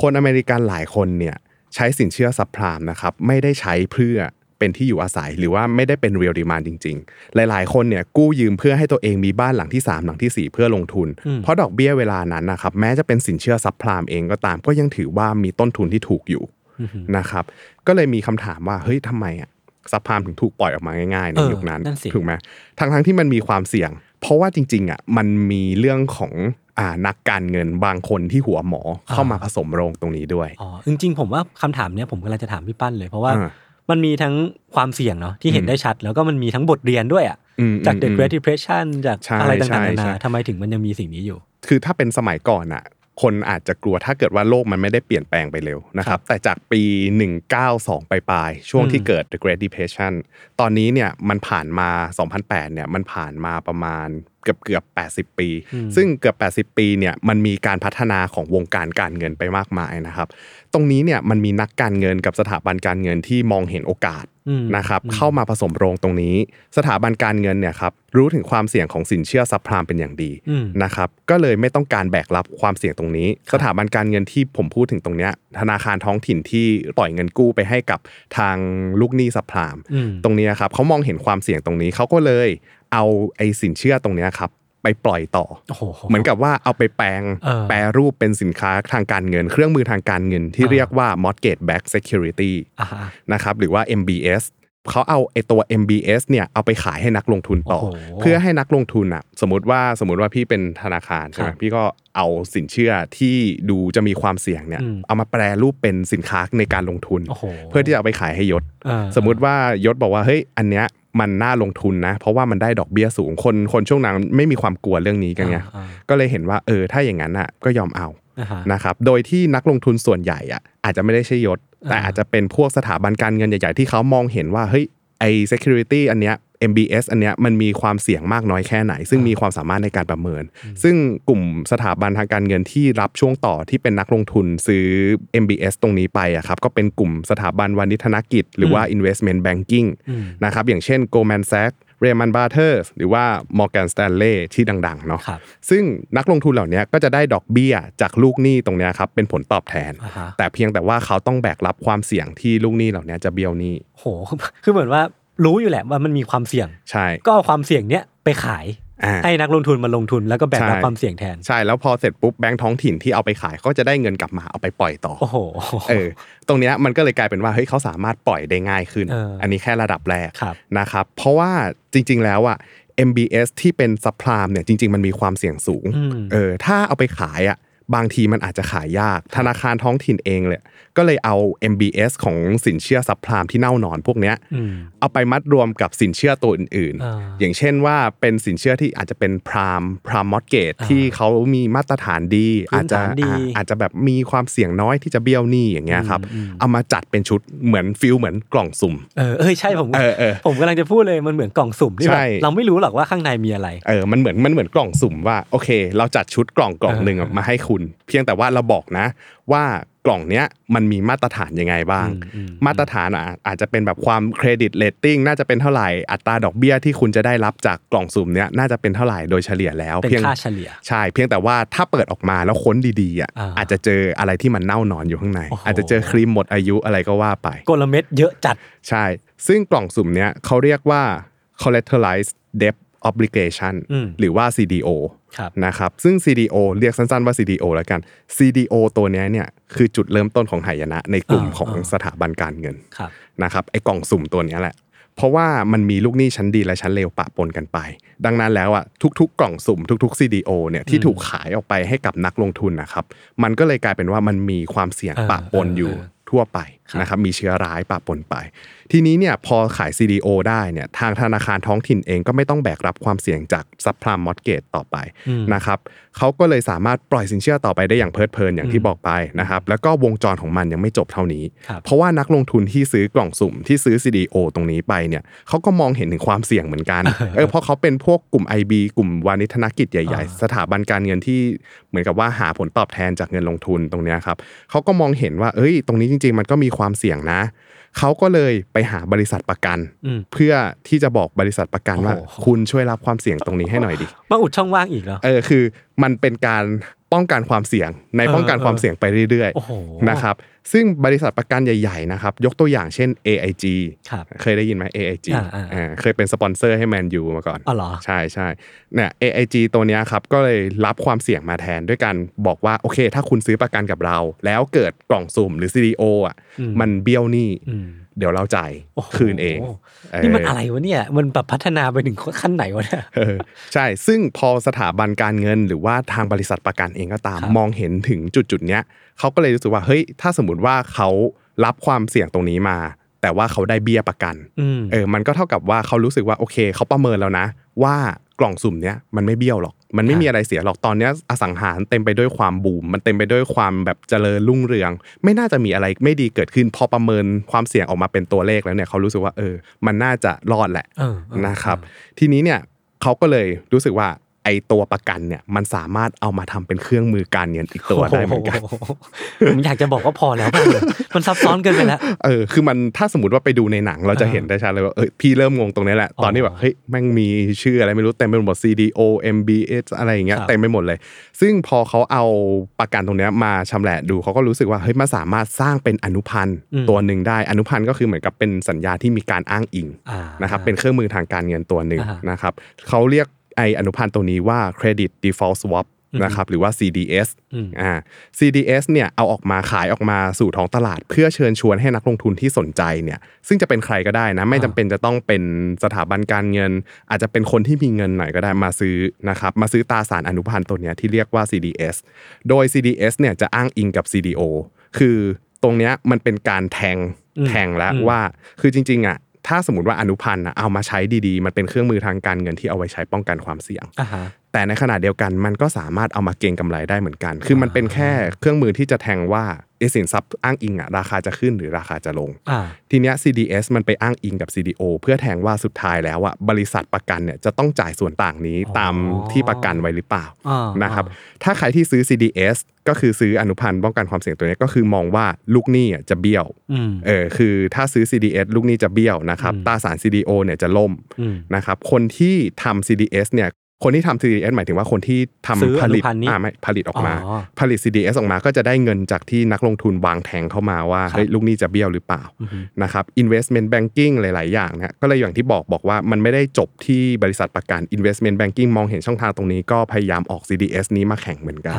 คนอเมริกันหลายคนเนี่ยใช้สินเชื่อซับไพรามนะครับไม่ได้ใช้เพื่อเป็นที่อยู่อาศัยหรือว่าไม่ได้เป็นเรียลดีมานจริง ๆ หลายๆ คนเนี่ยกู้ยืมเพื่อให้ตัวเองมีบ้านหลังที่ 3 หลังทีสี่ 4 เพื่อลงทุน อืม เพราะดอกเบี้ยเวลานั้นนะครับแม้จะเป็นสินเชื่อซับไพรามเองก็ตาม ก็ยังถือว่ามีต้นทุนที่ถูกอยู่ อือหือ นะครับก็เลยมีคำถามว่าเฮ้ยทำไมอะซับไพรามถึงถูกปล่อยออกมาง่ายๆใน เออ ยุคนั้น นั่นสิ ถูกไหม ทั้งทั้งๆที่มันมีความเสี่ยง เพราะว่าจริงๆอ่ะมันมีเรื่องของอ่านักการเงินบางคนที่หัวหมอเข้ามาผสมโรงตรงนี้ด้วย อ๋อจริงๆผมว่าคำถามเนี้ยผมกำลังจะถามพี่ปั้นเลย เพราะว่า อ่า มันมีทั้งความเสี่ยงเนาะที่เห็น อืม ได้ชัด แล้วก็มันมีทั้งบทเรียนด้วยอ่ะ อืม จาก The อืม Great Depression จาก ใช่ อะไรต่างๆ ใช่ นา ใช่ นาทำไมถึงมันยังมีสิ่งนี้อยู่ คือถ้าเป็นสมัยก่อนอ่ะ คนอาจจะกลัวถ้าเกิดว่าโลกมันไม่ได้เปลี่ยนแปลงไปเร็วนะครับ แต่จากปี 192 ไปปลายๆช่วง อืม ที่เกิด The Great Depression ตอนนี้เนี่ยมันผ่านมา 2008 เนี่ยมันผ่านมาประมาณเกือบเกือบ80 ปี ซึ่งเกือบ 80 ปีเนี่ยมันมีการพัฒนาของวงการการเงินไปมากมายนะครับ ตรงนี้เนี่ยมันมีนักการเงินกับสถาบันการเงินที่มองเห็นโอกาส อืม นะครับเข้ามาผสมโรงตรงนี้ สถาบันการเงินเนี่ยครับรู้ถึงความเสี่ยงของสินเชื่อซับไพรามเป็นอย่างดี อืม นะครับก็เลยไม่ต้องการแบกรับความเสี่ยงตรงนี้ สถาบันการเงินที่ผมพูดถึงตรงเนี้ยธนาคารท้องถิ่นที่ปล่อยเงินกู้ไปให้กับทางลูกหนี้ซับไพราม อืม ตรงเนี้ยครับเขามองเห็นความเสี่ยงตรงนี้เขาก็เลยเอาไอ้สินเชื่อตรงเนี้ยครับไปปล่อยต่อ โอ้โห เหมือนกับว่าเอาไปแปลง เออ แปรรูปเป็นสินค้าทางการเงิน เครื่องมือทางการเงินที่ อ่า เรียกว่า mortgage backed security อ่าฮะ นะครับหรือว่า MBS เขาเอาไอตัว MBS เนี่ยเอาไปขายให้นักลงทุนต่อ โโห เพื่อให้นักลงทุนอ่ะสมมติว่าสมมติว่าพี่เป็นธนาคารใช่ไหม ครับ พี่ก็เอาสินเชื่อที่ดูจะมีความเสี่ยงเนี่ย อืม เอามาแปรรูปเป็นสินค้าในการลงทุน โอ้โห เพื่อที่จะเอาไปขายให้ยศ เออ สมมุติว่ายศบอกว่าเฮ้ยอันเนี้ยมันน่าลงทุนนะ เพราะว่ามันได้ดอกเบี้ยสูงคนคนช่วงนั้นไม่มีความกลัวเรื่องนี้กันไง อ่าอ่า ก็เลยเห็นว่าเออถ้าอย่างนั้นอ่ะก็ยอมเอา อ่าฮะ นะครับ โดยที่นักลงทุนส่วนใหญ่อะอาจจะไม่ได้ใช่ยศ แต่ อ่า อาจจะเป็นพวกสถาบันการเงินใหญ่ ๆ ที่เขามองเห็นว่า เฮ้ย ไอ้ security อันเนี้ย MBS อันเนี้ยมันมีความเสี่ยงมากน้อยแค่ไหน ซึ่งมีความสามารถในการประเมิน ซึ่งกลุ่มสถาบันทางการเงินที่รับช่วงต่อที่เป็นนักลงทุนซื้อ MBS ตรงนี้ไปอะครับก็เป็นกลุ่มสถาบันวานิชธนกิจ หรือว่า investment banking อืม นะครับอย่างเช่น Goldman Sachs Lehman Brothers หรือว่า Morgan Stanley ที่ดังๆเนาะ ครับ ซึ่งนักลงทุนเหล่านี้ก็จะได้ดอกเบี้ยจากลูกหนี้ตรงเนี้ยครับเป็นผลตอบแทน อ่าฮะ แต่เพียงแต่ว่าเขาต้องแบกรับความเสี่ยงที่ลูกหนี้เหล่านี้จะเบี้ยวหนี้ โห (laughs) คือเหมือนว่ารู้อยู่แหละว่ามันมีความเสี่ยง ใช่ ก็เอาความเสี่ยงเนี้ยไปขาย อ่า ให้นักลงทุนมาลงทุนแล้วก็แบ่งรับ ใช่ ความเสี่ยงแทน ใช่แล้วพอเสร็จปุ๊บแบงก์ท้องถิ่นที่เอาไปขายก็จะได้เงินกลับมาเอาไปปล่อยต่อ โอ้โห เออตรงเนี้ยมันก็เลยกลายเป็นว่าเฮ้ยเขาสามารถปล่อยได้ง่ายขึ้น เอออั นนี้แค่ระดับแรก ครับ นะครับเพราะว่าจริงๆแล้วอะ MBS ที่เป็นซับไพรามเนี่ยจริง ๆ มันมีความเสี่ยงสูง อืม เออถ้าเอาไปขายอะบางทีมันอาจจะขายยาก ธนาคารท้องถิ่นเองเลยก็เลยเอา MBS ของสินเชื่อซับไพรามที่เน่าหนอนพวกเนี้ย อืม เอาไปมัดรวมกับสินเชื่อตัวอื่น อ่า อย่างเช่นว่าเป็นสินเชื่อที่อาจจะเป็นพรามพรามมอดเกต อ่า ที่เขามีมาตรฐานดีอาจจะ พื้นฐานดี อ่าอาจจะแบบมีความเสี่ยงน้อยที่จะเบี้ยวหนี้อย่างเงี้ยครับ อืม เอามาจัดเป็นชุดเหมือนฟิลเหมือนกล่องสุ่ม เออเอ้ยใช่ผม เออเออ ผมกำลังจะพูดเลยมันเหมือนกล่องสุ่มที่แบบ ใช่ เราไม่รู้หรอกว่าข้างในมีอะไร เออ มันเหมือน มันเหมือนกล่องสุ่มว่าโอเค เราจัดชุดกล่องกล่องหนึ่งอะมาให้คุณ เพียงแต่ว่าเราบอกนะ ว่ากล่องเนี้ยมันมีมาตรฐานยังไงบ้าง อืมอืม มาตรฐานอ่ะอาจจะเป็นแบบความเครดิตเลตติ้งน่าจะเป็นเท่าไหร่ อัตราดอกเบี้ยที่คุณจะได้รับจากกล่องสุ่มเนี้ยน่าจะเป็นเท่าไหร่โดยเฉลี่ยแล้ว เป็ยนง ค่าเฉลี่ย ใช่ เพียงแต่ว่าถ้าเปิดออกมาแล้วค้นดีๆอ่ะ อ่า อาจจะเจออะไรที่มันเน่าหนอนอยู่ข้างใน โอ้โห อาจจะเจอครีมหมดอายุอะไรก็ว่าไป กลเม็ดเยอะจัด ใช่ ซึ่งกล่องสุ่มเนี้ยเขาเรียกว่า collateralized debt obligation อืม หรือว่า CDO ครับ นะครับ ซึ่ง CDO เรียกสั้นๆว่า CDO แล้วกัน CDO ตัวเนี้ยเนี่ยคือจุดเริ่มต้นของหายนะในกลุ่ม อ่า ของ อ่า สถาบันการเงิน ครับ นะครับไอ้กล่องสุ่มตัวเนี้ยแหละ เพราะว่ามันมีลูกหนี้ชั้นดีและชั้นเลวปะปนกันไป ดังนั้นแล้วอ่ะทุกๆ กล่องสุ่มทุก ๆ CDO เนี่ยที่ถูกขายออกไปให้กับนักลงทุนนะครับมันก็เลยกลายเป็นว่ามันมีความเสี่ยง เออ ปะปนอยู่ เออเออ ทั่วไปนะครับมีเชื้อร้ายปะปนไป ทีนี้เนี่ยพอขาย CDO ได้เนี่ยทางธนาคารท้องถิ่นเองก็ไม่ต้องแบกรับความเสี่ยงจากซับพลามมอดเกตต่อไป อืม นะครับเขาก็เลยสามารถปล่อยสินเชื่อต่อไปได้อย่างเพลิดเพลินอย่างที่บอกไปนะครับแล้วก็วงจรของมันยังไม่จบเท่านี้ ครับ เพราะว่านักลงทุนที่ซื้อกล่องสุ่มที่ซื้อ CDO ตรงนี้ไปเนี่ยเขาก็มองเห็นถึงความเสี่ยงเหมือนกัน เออเพราะเขาเป็นพวกกลุ่ม IB กลุ่มวานิชธนกิจใหญ่ ๆ สถาบันการเงินที่เหมือนกับว่าหาผลตอบแทนจากเงินลงทุนตรงเนี้ยครับเขาก็มองเห็นว่าเอ้ย ตรงนี้จริง ๆ มันก็มี ความเสี่ยงนะ เขาก็เลยไปหาบริษัทประกัน อืม เพื่อที่จะบอกบริษัทประกันว่า โอ้โห คุณช่วยรับความเสี่ยงตรงนี้ให้หน่อยดิ มาอุดช่องว่างอีกเหรอ เออคือมันเป็นการป้องกันความเสี่ยง ในป้องกัน เออเออ ความเสี่ยงไปเรื่อย โอ้โห ๆนะครับ ซึ่งบริษัทประกันใหญ่ๆนะครับ ยกตัวอย่างเช่น AIG ครับ เคยได้ยินไหม AIG อ่าอ่า อ่าเคยเป็นสปอนเซอร์ให้แมนยูมาก่อน อ๋อเหรอ ใช่ใช่เนี่ย AIG ตัวเนี้ยครับก็เลยรับความเสี่ยงมาแทนด้วยการบอกว่า โอเค ถ้าคุณซื้อประกันกับเรา แล้วเกิดกล่องสุ่มหรือ CDO อ่ะ อืม มันเบี้ยวหนี้ อืม เดี๋ยวเราจ่าย โอ้โห คืนเอง นี่มัน เ อะไรวะเนี่ย มันแบบพัฒนาไปถึง (laughs) ขั้นไหนวะเนี่ย เอ (laughs) อใช่ ซึ่งพอสถาบันการเงิน หรือว่าทางบริษัทประกันเองก็ตาม ครับ มองเห็นถึงจุดจุดๆเนี้ยเขาก็เลยรู้สึกว่าเฮ้ยถ้าสมมติว่าเขารับความเสี่ยงตรงนี้มา แต่ว่าเขาได้เบี้ยประกัน อืม เออ มันก็เท่ากับว่าเขารู้สึกว่าโอเคเขาประเมินแล้วนะ ว่ากล่องสุ่มเนี้ยมันไม่เบี้ยวหรอก มันไม่มีอะไรเสียหรอกตอนเนี้ยอสังหารเต็มไปด้วยความบูม มันเต็มไปด้วยความแบบเจริญรุ่งเรือง ไม่น่าจะมีอะไรไม่ดีเกิดขึ้น พอประเมินความเสี่ยงออกมาเป็นตัวเลขแล้วเนี่ยเขารู้สึกว่าเออ มันน่าจะรอดแหละ เออเออ นะครับทีนี้เนี่ยเขาก็เลยรู้สึกว่าไอตัวประกันเนี่ยมันสามารถเอามาทำเป็นเครื่องมือการเงินอีกตัวได้เหมือนกัน โโหผมอยากจะบอกว่าพอแล้วมากเลยมันซับซ้อนเกินไปแล้ว เออคือมันถ้าสมมติว่าไปดูในหนังเราจะ อ่า เห็นได้ชัดเลยว่าเออพี่เริ่มงงตรงนี้แหละ อ๋อ ตอนนี้แบบเฮ้ยแม่งมีชื่ออะไรไม่รู้เต็มไปหมด CDO MBS อะไรอย่างเงี้ย ครับ เต็มไปหมดเลย ซึ่งพอเขาเอาประกันตรงเนี้ยมาชำแหละดูเขาก็รู้สึกว่าเฮ้ยมันสามารถสร้างเป็นอนุพันธ์ตัวหนึ่งได้อนุพันธ์ก็คือเหมือนกับเป็นสัญญาที่มีการอ้างอิง อ่า นะครับเป็นเครื่องมือทางการเงินตัวหนึ่ง อ่าฮะ นะครับเขาเรียกไออนุพันธ์ตัวนี้ว่า Credit Default Swap อืม นะครับหรือว่า CDS อืม อ่า CDS เนี่ยเอาออกมาขายออกมาสู่ท้องตลาด เพื่อเชิญชวนให้นักลงทุนที่สนใจเนี่ยซึ่งจะเป็นใครก็ได้นะ ไม่ อ่า จำเป็นจะต้องเป็นสถาบันการเงิน อาจจะเป็นคนที่มีเงินหน่อยก็ได้มาซื้อนะครับมาซื้อตราสารอนุพันธ์ตัวเนี้ยที่เรียกว่า CDS โดย CDS เนี่ยจะอ้างอิงกับ CDO คือตรงเนี้ยมันเป็นการแทง อืม แทงแล้ว อืม ว่า คือจริงๆอ่ะถ้าสมมติว่าอนุพันธ์น่ะเอามาใช้ดีๆ มันเป็นเครื่องมือทางการเงินที่เอาไว้ใช้ป้องกันความเสี่ยง อ่าฮะ แต่ในขณะเดียวกันมันก็สามารถเอามาเก็งกำไรได้เหมือนกัน คือมัน อ่า เป็นแค่เครื่องมือที่จะแทงว่าไอ้สินทรัพย์อ้างอิงอ่ะราคาจะขึ้นหรือราคาจะลง อ่า ทีเนี้ย CDS มันไปอ้างอิงกับ CDO เพื่อแทงว่าสุดท้ายแล้วอ่ะบริษัทประกันเนี่ยจะต้องจ่ายส่วนต่างนี้ อ๋อ ตามที่ประกันไว้หรือเปล่า อ่า นะครับถ้าใครที่ซื้อ CDS ก็คือซื้ออนุพันธ์ป้องกันความเสี่ยงตัวเนี้ยก็คือมองว่าลูกหนี้อ่ะจะเบี้ยว อืม เออคือถ้าซื้อ CDS ลูกหนี้จะเบี้ยวนะครับ อืม ตราสาร CDO เนี่ยจะล่ม อืม นะครับคนที่ทำ CDS เนี่ยคนที่ทำ CDS หมายถึงว่าคนที่ทำ ซื้อ ผลิต อนุพันธ์นี้ อ่าไม่ผลิตออกมา อ๋อ ผลิต CDS ออกมาก็จะได้เงินจากที่นักลงทุนวางแทงเข้ามาว่า ครับ เฮ้ยลูกหนี้จะเบี้ยวหรือเปล่า อืม นะครับ investment banking หลาย ๆ อย่างนะก็เลยอย่างที่บอกบอกว่ามันไม่ได้จบที่บริษัทประกัน investment banking มองเห็นช่องทางตรงนี้ก็พยายามออก CDS นี้มาแข่งเหมือนกัน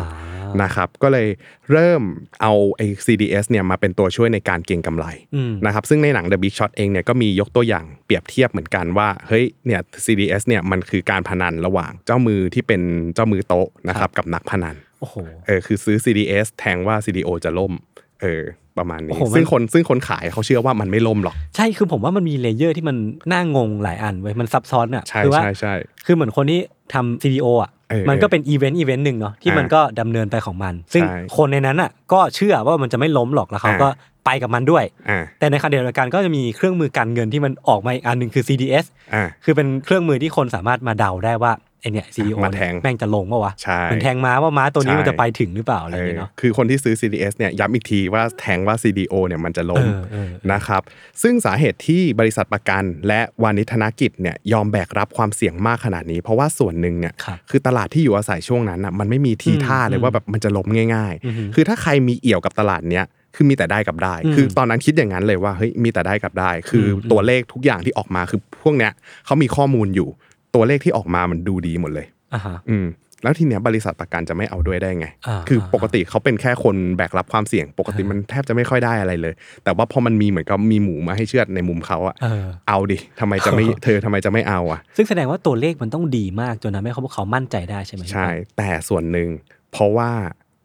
นะครับก็เลยเริ่มเอาไอ้ CDS เนี่ยมาเป็นตัวช่วยในการเก็งกำไร อืม นะครับซึ่งในหนัง The Big Shot เองเนี่ยก็มียกตัวอย่างเปรียบเทียบเหมือนกันว่าเฮ้ยเนี่ย CDS เนี่ยมันคือการพนันระหว่างเจ้ามือที่เป็นเจ้ามือโต๊ะนะครับกับนักพนัน โอ้โห เออคือซื้อ CDS แทงว่า CDO จะล่มเออประมาณ โอ้ นี้ โหมัน ซึ่งคนซึ่งคนขายเขาเชื่อว่ามันไม่ล่มหรอก ใช่คือผมว่ามันมีเลเยอร์ที่มันน่างงหลายอันเว้ยมันซับซ้อนอ่ะ ใช่ คืว่า ใช่ใช่ คือเหมือนคนที่ทำ CDO อ่ะ เออ มันก็เป็นอีเวนต์อีเวนต์หนึ่งเนาะที่ อ่ามั มันก็ดำเนินไปของมัน ซึ่ง ใช่ คนในนั้นอ่ะก็เชื่อว่ามันจะไม่ล้มหรอกแล้วเขา อ่า ก็ไปกับมันด้วย อ่า แต่ในขณะเดียวกันก็จะมีเครื่องมือการเงินที่มันออกมาอีกอันหนึ่งคือ CDS อ่า คือเป็นเครื่องมือที่คนสามารถมาเดาได้ว่าไอเนี่ย CDO มาแทง เนี่ยแม่งจะลงปะวะ ใช่ มันแทงม้าว่าม้าตัวนี้ ใช่ มันจะไปถึงหรือเปล่าอะไรอย่างเงี้ยเนาะ เออคือคนที่ซื้อ CDS เนี่ยย้ำอีกทีว่าแทงว่า CDO เนี่ยมันจะ เอ ล้ม อเออ นะครับซึ่งสาเหตุที่บริษัทประกัน และวานิชธนกิจเนี่ยยอมแบกรับความเสี่ยงมากขนาดนี้ เพราะว่าส่วนหนึ่งเนี่ย ครับ คือตลาดที่อยู่อาศัยช่วงนั้นน่ะมันไม่มีทีท่าเล อื ย ม ว่าแบบมันจะล้มง่าย อือฮึ ๆ คือถ้าใครมีเอี่ยวกับตลาดเนี้ยคือมีแต่ได้กับได้ อืม คือตอนนั้นคิดอย่างนั้นเลยว่าเฮ้ยมีแต่ได้กับได้ คืออ ม ตัวเลขทุกอย่างที่ออกมาคือพวกเนี้ยเขามีข้อมูลอยู่ ตัวเลขที่ออกมามันดูดีหมดเลย อ่าฮะ อืมแล้วทีเนี้ยบริษัทประกันจะไม่เอาด้วยได้ไง อ่า คือปกติเขาเป็นแค่คนแบกรับความเสี่ยง ปกติมันแทบจะไม่ค่อยได้อะไรเลย แต่ว่าพอมันมีเหมือนกับมีหมูมาให้เชือดในมุมเขาอะ เออ เอาดิทำไมจะไม่ เธอทำไมจะไม่เอาอะ ซึ่งแสดงว่าตัวเลขมันต้องดีมากจนทำให้เขาพวกเขามั่นใจได้ใช่ไหม ใช่ แต่ส่วนหนึ่งเพราะว่า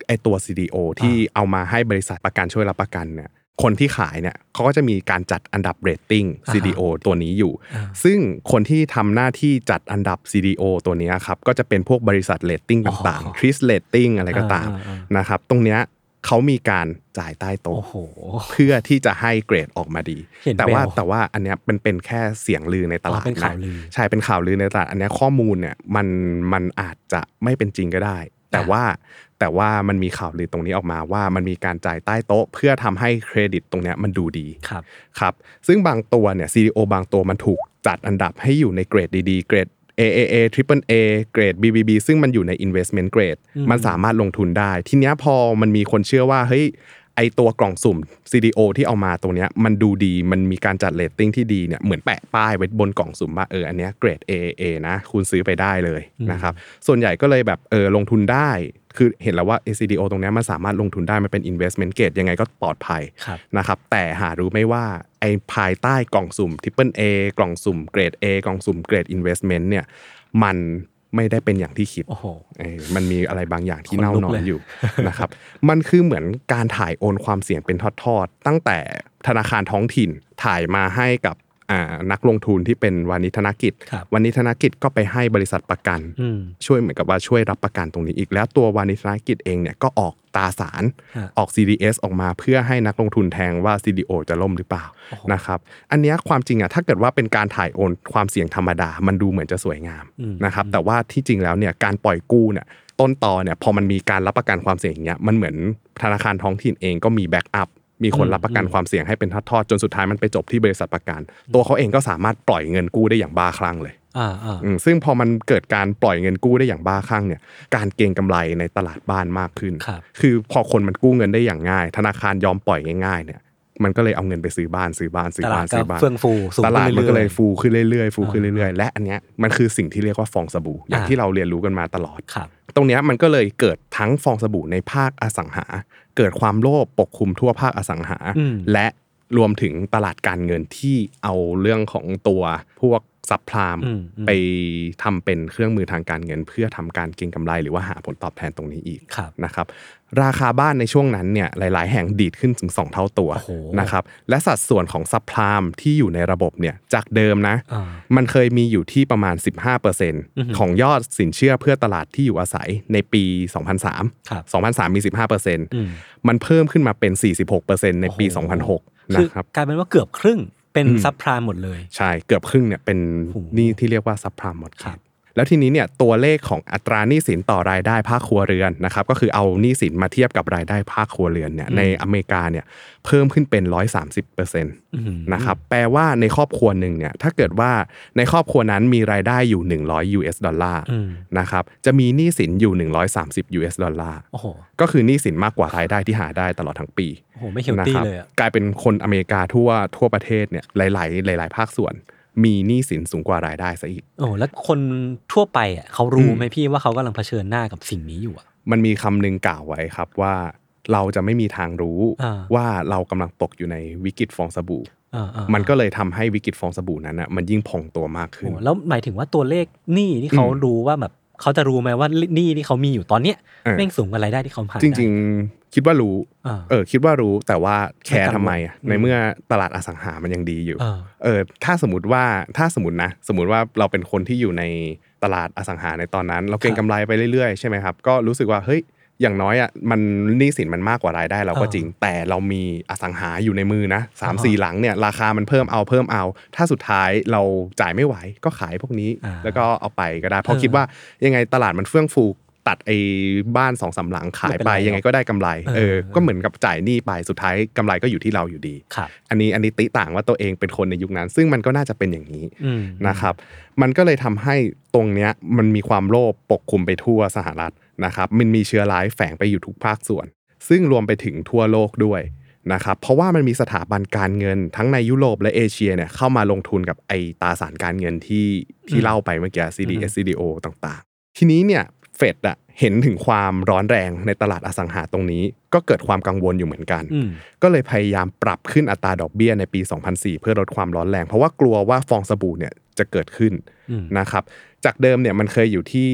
ไอตัว CDO ที่เอามาให้บริษัทประกันช่วยรับประกันเนี่ยคนที่ขายเนี่ยเขาก็จะมีการจัดอันดับเรตติ้ง อ่า CDO ตัวนี้อยู่ อ่า ซึ่งคนที่ทำหน้าที่จัดอันดับ CDO ตัวเนี้ยครับก็จะเป็นพวกบริษัทเรตติ้งต่าง อ๋อ ๆ คริสเรตติ้งอะไรก็ตาม อ่อ่อ่ นะครับตรงเนี้ยเขามีการจ่ายใต้ โอ้ โต๊ะ โห เพื่อที่จะให้เกรดออกมาดี เห็น แต่ว่า แวว แต่ว่าอันเนี้ยเป็นเป็นแค่เสียงลือในตลาด อ๋อเป็นข่าวลือ ใช่เป็นข่าวลือในตลาดอันเนี้ยข้อมูลเนี่ยมันมันอาจจะไม่เป็นจริงก็ได้ แต่ อ่ะ ว่าแต่ว่ามันมีข่าวลือตรงนี้ออกมาว่ามันมีการจ่ายใต้โต๊ะ เพื่อทำให้เครดิตตรงเนี้ยมันดูดี ครับ ครับซึ่งบางตัวเนี่ย CDO บางตัวมันถูกจัดอันดับให้อยู่ในเกรดดีๆ เกรด AAA Triple A เกรด BBB ซึ่งมันอยู่ใน Investment Grade อืม มันสามารถลงทุนได้ ทีเนี้ยพอมันมีคนเชื่อว่า เฮ้ย ไอตัวกล่องสุ่ม CDO ที่เอามาตัวเนี้ยมันดูดีมันมีการจัดเลตติ้งที่ดีเนี่ยเหมือนแปะป้ายไว้บนกล่องสุ่มว่าเอออันเนี้ยเกรด AAA นะคุณซื้อไปได้เลยนะครับส่วนใหญ่ก็เลยแบบเออลงทุนได้ คือเห็นแล้วว่า CDO ตรงเนี้ยมันสามารถลงทุนได้มันเป็น Investment Grade ยังไงก็ปลอดภัย ครับ นะครับแต่หารู้ไหม่ว่าไอ้ภายใต้กล่องสุ่ม Triple A กล่องสุ่มเกรด A กล่องสุ่มเกรด Investment เนี่ยมันไม่ได้เป็นอย่างที่คิด โอ้โห เอ้ยมันมีอะไรบางอย่างที่ ขนลุก เน่านอน เลย อยู่ นะครับมันคือเหมือนการถ่ายโอนความเสี่ยงเป็นทอดๆ ตั้งแต่ธนาคารท้องถิ่นถ่ายมาให้กับอ่านักลงทุนที่เป็นวานิธนกิจ ครับ วานิธนกิจก็ไปให้บริษัทประกัน อืม ช่วยเหมือนกับว่าช่วยรับประกันตรงนี้อีก แล้วตัววานิชนกิจเองเนี่ยก็ออกตราสาร ฮะ ออก CDS ออกมาเพื่อให้นักลงทุนแทงว่า CDO จะล่มหรือเปล่า โอ้โห นะครับอันเนี้ยความจริงอ่ะถ้าเกิดว่าเป็นการถ่ายโอนความเสี่ยงธรรมดา มันดูเหมือนจะสวยงาม อืม นะครับแต่ว่าที่จริงแล้วเนี่ยการปล่อยกู้เนี่ยต้นตอเนี่ยพอมันมีการรับประกันความเสี่ยงอย่างเงี้ยมันเหมือนธนาคารท้องถิ่นเองก็มีแบ็กอัพมีคน อืม รับประกัน อืม ความเสี่ยงให้เป็นทอดๆจนสุดท้ายมันไปจบที่บริษัทประกัน ตัวเขาเองก็สามารถปล่อยเงินกู้ได้อย่างบ้าคลั่งเลย อ่าอ่า อืมซึ่งพอมันเกิดการปล่อยเงินกู้ได้อย่างบ้าคลั่งเนี่ย การเก็งกำไรในตลาดบ้านมากขึ้น ครับ คือพอคนมันกู้เงินได้อย่างง่าย ธนาคารยอมปล่อยง่ายๆเนี่ย มันก็เลยเอาเงินไปซื้อบ้านซื้อบ้านซื้อ ตลา บ้า ด น ก็ ซื้อบ้าน เฟื่องฟูสูง ต ขึ้ ลาด น มัน เรื่ ก็เล อย ย ฟูขึ้นเรื่อยๆฟูขึ้น อ่า เรื่อยๆ และอันเนี้ยมันคือสิ่งที่เรียกว่าฟองสบู่อย่าง อ่า ที่เราเรียนรู้กันมาตลอด ๆครับ ตรงเนี้ยมันก็เลยเกิดทั้งฟองสบู่ในภาคอสังหา เกิดความโลภปกคลุมทั่วภาคอสังหา อืม และรวมถึงตลาดการเงินที่เอาเรื่องของตัวพวกซับพลาม อืมอืม ไปทำเป็นเครื่องมือทางการเงิน เพื่อทำการเก็งกำไรหรือว่าหาผลตอบแทนตรงนี้อีก ครับ นะครับ ราคาบ้านในช่วงนั้นเนี่ยหลาย ๆ แห่งดีดขึ้นถึง 2 เท่าตัว โอ้โห นะครับและสัดส่วนของซับพลามที่อยู่ในระบบเนี่ยจากเดิมนะ อ่า มันเคยมีอยู่ที่ประมาณ อหือ 15%ของยอดสินเชื่อเพื่อตลาดที่อยู่อาศัยในปี 2003 ครับ 2003 มี อืม 15%มันเพิ่มขึ้นมาเป็น 46%ในปี โอ้โห 2006 คือ นะครับ กลายเป็นว่าเกือบครึ่งเป็น อืม ซับพรามหมดเลย ใช่เกือบครึ่งเนี่ยเป็น โอ้โห หนี้ที่เรียกว่าซับพลามหมด ครับ แล้วทีนี้เนี่ยตัวเลขของอัตราหนี้สินต่อรายได้ภาคครัวเรือนนะครับก็คือเอาหนี้สินมาเทียบกับรายได้ภาคครัวเรือนเนี่ยในอเมริกาเนี่ยเพิ่มขึ้นเป็น 130% อื้อหือ นะครับแปลว่าในครอบครัวหนึ่งเนี่ยถ้าเกิดว่าในครอบครัวนั้นมีรายได้อยู่ 100 US ดอลลาร์ อืม นะครับจะมีหนี้สินอยู่ 130 US ดอลลาร์ โอ้โห ก็คือหนี้สินมากกว่ารายได้ที่หาได้ตลอดทั้งปี โอ้โห ไม่เฮลตี้เลยอ่ะ กลายเป็นคนอเมริกาทั่วทั่วประเทศเนี่ยหลาย ๆ หลาย ๆ ภาคส่วน มีหนี้สินสูงกว่ารายได้ซะอีก โอ้โหแล้วคนทั่วไปอ่ะเขารู้ อืม ไหมพี่ว่าเขากำลังเผชิญหน้ากับสิ่งนี้อยู่อ่ะ มันมีคำหนึ่งกล่าวไว้ครับว่าเราจะไม่มีทางรู้ อ่า ว่าเรากำลังตกอยู่ในวิกฤตฟองสบู่ อ่าๆ มันก็เลยทำให้วิกฤตฟองสบู่นั้นนะมันยิ่งพองตัวมาก โอ้ ขึ้น โหแล้วหมายถึงว่าตัวเลขหนี้ที่เขา อืม รู้ว่าแบบเขาจะรู้ไหมว่าหนี้ที่เขามีอยู่ตอนเนี้ย เออ แม่งสูงกว่ารายได้ที่เขาผ่าน จริง ๆ คิดว่ารู้ ๆอ่า เออคิดว่ารู้แต่ว่าแค ไม่กั ร์ งวล ทำไมอะ อืม ในเมื่อตลาดอสังหามันยังดีอยู่ อ่า เออถ้าสมมติว่าถ้าสมมตินะ สมมติว่าเราเป็นคนที่อยู่ในตลาดอสังหาในตอนนั้น เราเก็ง ครั กำ บ ไรไปเรื่อยๆใช่ไหมครับก็รู้สึกว่าเฮ้ยอย่างน้อยอ่ะมันหนี้สินมันมากกว่ารายได้เราก็ อ่า จริง แต่เรามีอสังหาอยู่ในมือนะสาม อ่า สี่หลังเนี่ยราคามันเพิ่มเอาเพิ่มเอา ถ้าสุดท้ายเราจ่ายไม่ไหวก็ขายพวกนี้ อ่า แล้วก็เอาไปก็ได้เพราะ เออ คิดว่ายังไงตลาดมันเฟื่องฟูตัดไอ้บ้านสองสามหลังขายไป ไม่เป็นไร ยังไงก็ได้กำไร เอ เอ อ อก็ เหมือนกับจ่ายหนี้ไปสุดท้ายกำไรก็อยู่ที่เราอยู่ดี ครับ อันนี้อันนี้ติต่างว่าตัวเองเป็นคนในยุคนั้น ซึ่งมันก็น่าจะเป็นอย่างนี้ อืม นะครับ มันก็เลยทำให้ตรงเนี้ยมันมีความโลภปกคลุมไปทั่วสหรัฐนะครับ มันมีเชื้อร้ายแฝงไปอยู่ทุกภาคส่วน ซึ่งรวมไปถึงทั่วโลกด้วยนะครับ เพราะว่ามันมีสถาบันการเงินทั้งในยุโรปและเอเชียเนี่ยเข้ามาลงทุนกับไอตราสารการเงินที่ที่ อืม เล่าไปเมื่อกี้ CDS CDO ต่าง ๆ ทีนี้เนี่ยเฟดอะเห็นถึงความร้อนแรงในตลาดอสังหาตรงนี้ ก็เกิดความกังวลอยู่เหมือนกัน อืม ก็เลยพยายามปรับขึ้นอัตราดอกเบี้ยในปี 2004 เพื่อลดความร้อนแรง เพราะว่ากลัวว่าฟองสบู่เนี่ยจะเกิดขึ้น อืม นะครับจากเดิมเนี่ยมันเคยอยู่ที่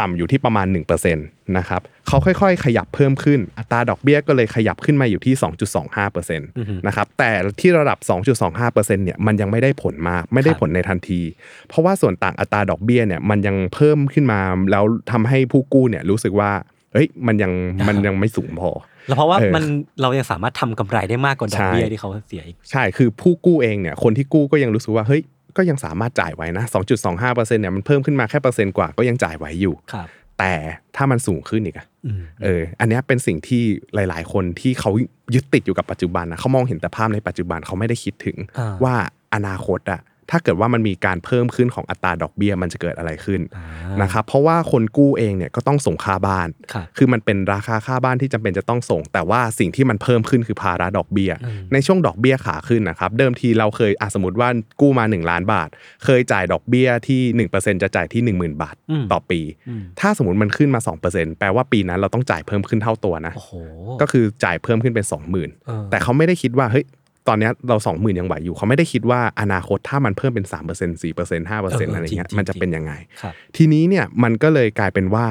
ต่ำอยู่ที่ประมาณ1%นะครับเขาค่อยๆ ขยับเพิ่มขึ้นอัตราดอกเบี้ยก็เลยขยับขึ้นมาอยู่ที่ 2.25%นะครับแต่ที่ระดับ 2.25%เนี่ยมันยังไม่ได้ผลมากไม่ได้ ครับ ผลในทันที เพราะว่าส่วนต่างอัตราดอกเบี้ยเนี่ยมันยังเพิ่มขึ้นมาแล้วทำให้ผู้กู้เนี่ยรู้สึกว่าเฮ้ยมันยังมันยังไม่สูงพอ แล้วเพราะว่า เออ มันเรายังสามารถทำกำไรได้มากกว่าดอก ใช่ เบี้ยที่เขาเสียอีก ใช่ คือผู้กู้เองเนี่ย คนที่กู้ก็ยังรู้สึกว่า เฮ้ย ก็ยังสามารถจ่ายไหว้นะ 2.25%เนี่ย มันเพิ่มขึ้นมาแค่เปอร์เซ็นต์กว่า ก็ยังจ่ายไหวอยู่ ครับ แต่ถ้ามันสูงขึ้นอีกอะ อืม เออ อันเนี้ยเป็นสิ่งที่หลาย ๆ คนที่เขายึดติดอยู่กับปัจจุบันนะเขามองเห็นแต่ภาพในปัจจุบันเขาไม่ได้คิดถึง อ่ ว่าอนาคตอะถ้าเกิดว่ามันมีการเพิ่มขึ้นของอัตราดอกเบี้ยมันจะเกิดอะไรขึ้น อ่า นะครับเพราะว่าคนกู้เองเนี่ยก็ต้องส่งค่าบ้าน ครับ คือมันเป็นราคาค่าบ้านที่จำเป็นจะต้องส่ง แต่ว่าสิ่งที่มันเพิ่มขึ้นคือภาระดอกเบี้ย อืม ในช่วงดอกเบี้ยขาขึ้นนะครับ เดิมทีเราเคยอะสมมติว่ากู้มา 1 ล้านบาท เคยจ่ายดอกเบี้ยที่ 1%จะจ่ายที่ 10,000 บาท ม ต่อปี ม ถ้าสมมติมันขึ้นมา 2%แปลว่าปีนั้นเราต้องจ่ายเพิ่มขึ้นเท่าตัวนะ โอ้โห ก็คือจ่ายเพิ่มขึ้นเป็น 20,000 เออ แต่เขาไม่ได้คิดว่าเฮ้ยตอนเนี้ยเราสองหมื่นยังไหวอยู่ เขาไม่ได้คิดว่าอนาคตถ้ามันเพิ่มเป็น3% 4% 5%อะไรเงี้ยมันจะเป็นยังไง ครับ ทีนี้เนี่ยมันก็เลยกลายเป็นว่า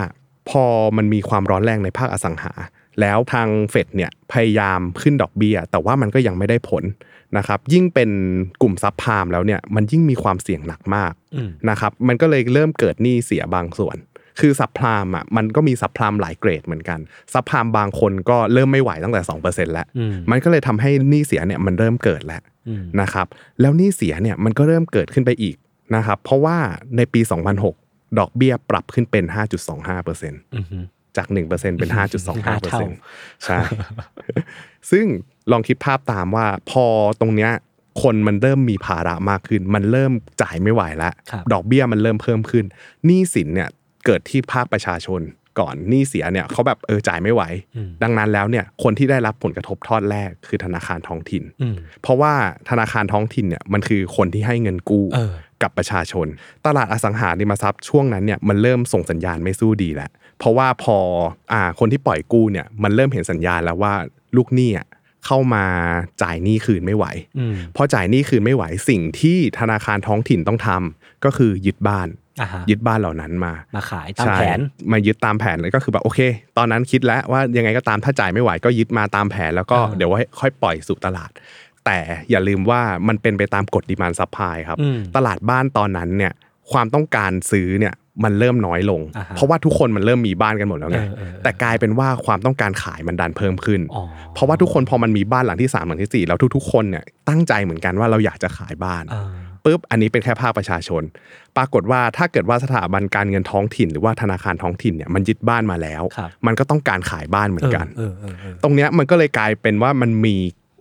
พอมันมีความร้อนแรงในภาคอสังหา แล้วทางเฟดเนี่ยพยายามขึ้นดอกเบี้ย แต่ว่ามันก็ยังไม่ได้ผลนะครับยิ่งเป็นกลุ่มซับไพรามแล้วเนี่ยมันยิ่งมีความเสี่ยงหนักมาก อืม นะครับมันก็เลยเริ่มเกิดหนี้เสียบางส่วน คือซับพลามอ่ะมันก็มีซับพลามหลายเกรดเหมือนกันซับพลามบางคนก็เริ่มไม่ไหวตั้งแต่ 2%แล้ว อืม มันก็เลยทำให้หนี้เสียเนี่ยมันเริ่มเกิดแล้ว อืม นะครับแล้วหนี้เสียเนี่ยมันก็เริ่มเกิดขึ้นไปอีกนะครับเพราะว่าในปี 2006 ดอกเบี้ยปรับขึ้นเป็น 5.25% อืมอืม จาก 1%เป็น ห้าเท่า 5.25%ใช่ ซึ่งลองคิดภาพตามว่าพอตรงเนี้ยคนมันเริ่มมีภาระมากขึ้น มันเริ่มจ่ายไม่ไหวแล้ว ครับ ดอกเบี้ยมันเริ่มเพิ่มขึ้นหนี้สินเนี่ยเกิดที่ภาคประชาชนก่อนหนี้เสียเนี่ยเขาแบบเออจ่ายไม่ไหว อืม ดังนั้นแล้วเนี่ยคนที่ได้รับผลกระทบทอดแรกคือธนาคารท้องถิ่น อืม เพราะว่าธนาคารท้องถิ่นเนี่ยมันคือคนที่ให้เงินกู้ เออ กับประชาชน ตลาดอสังหาริมทรัพย์ช่วงนั้นเนี่ยมันเริ่มส่งสัญญาณไม่สู้ดีแล้วเพราะว่าพออ่าคนที่ปล่อยกู้เนี่ยมันเริ่มเห็นสัญญาณแล้วว่าลูกหนี้อ่ะเข้ามาจ่ายหนี้คืนไม่ไหว อืม พอจ่ายหนี้คืนไม่ไหวสิ่งที่ธนาคารท้องถิ่นต้องทำก็คือยึดบ้าน อ่าฮะ ยึดบ้านเหล่านั้นมา มาขายตาม ใช่ แผน มายึดตามแผนเลยก็คือแบบโอเค ตอนนั้นคิดแล้วว่ายังไงก็ตามถ้าจ่ายไม่ไหวก็ยึดมาตามแผนแล้วก็ อ่า เดี๋ยวไว้ค่อยปล่อยสู่ตลาด แต่อย่าลืมว่ามันเป็นไปตามกฎดีมานซัพพลายครับ อืม ตลาดบ้านตอนนั้นเนี่ยความต้องการซื้อเนี่ยมันเริ่มน้อยลง อ่าฮะ เพราะว่าทุกคนมันเริ่มมีบ้านกันหมดแล้วไง เออเออเออ แต่กลายเป็นว่าความต้องการขายมันดันเพิ่มขึ้น อ๋อ เพราะว่าทุกคนพอมันมีบ้านหลังที่สามหลังที่สี่แล้วทุกๆ คนเนี่ยตั้งใจเหมือนกันว่าเราอยากจะขายบ้าน อ่า ปุ๊บอันนี้เป็นแค่ภาคประชาชน ปรากฏว่าถ้าเกิดว่าสถาบันการเงินท้องถิ่น หรือว่าธนาคารท้องถิ่นเนี่ยมันยึดบ้านมาแล้ว ครับ มันก็ต้องการขายบ้านเหมือนกัน เออเออเออ ตรงเนี้ยมันก็เลยกลายเป็นว่ามันมี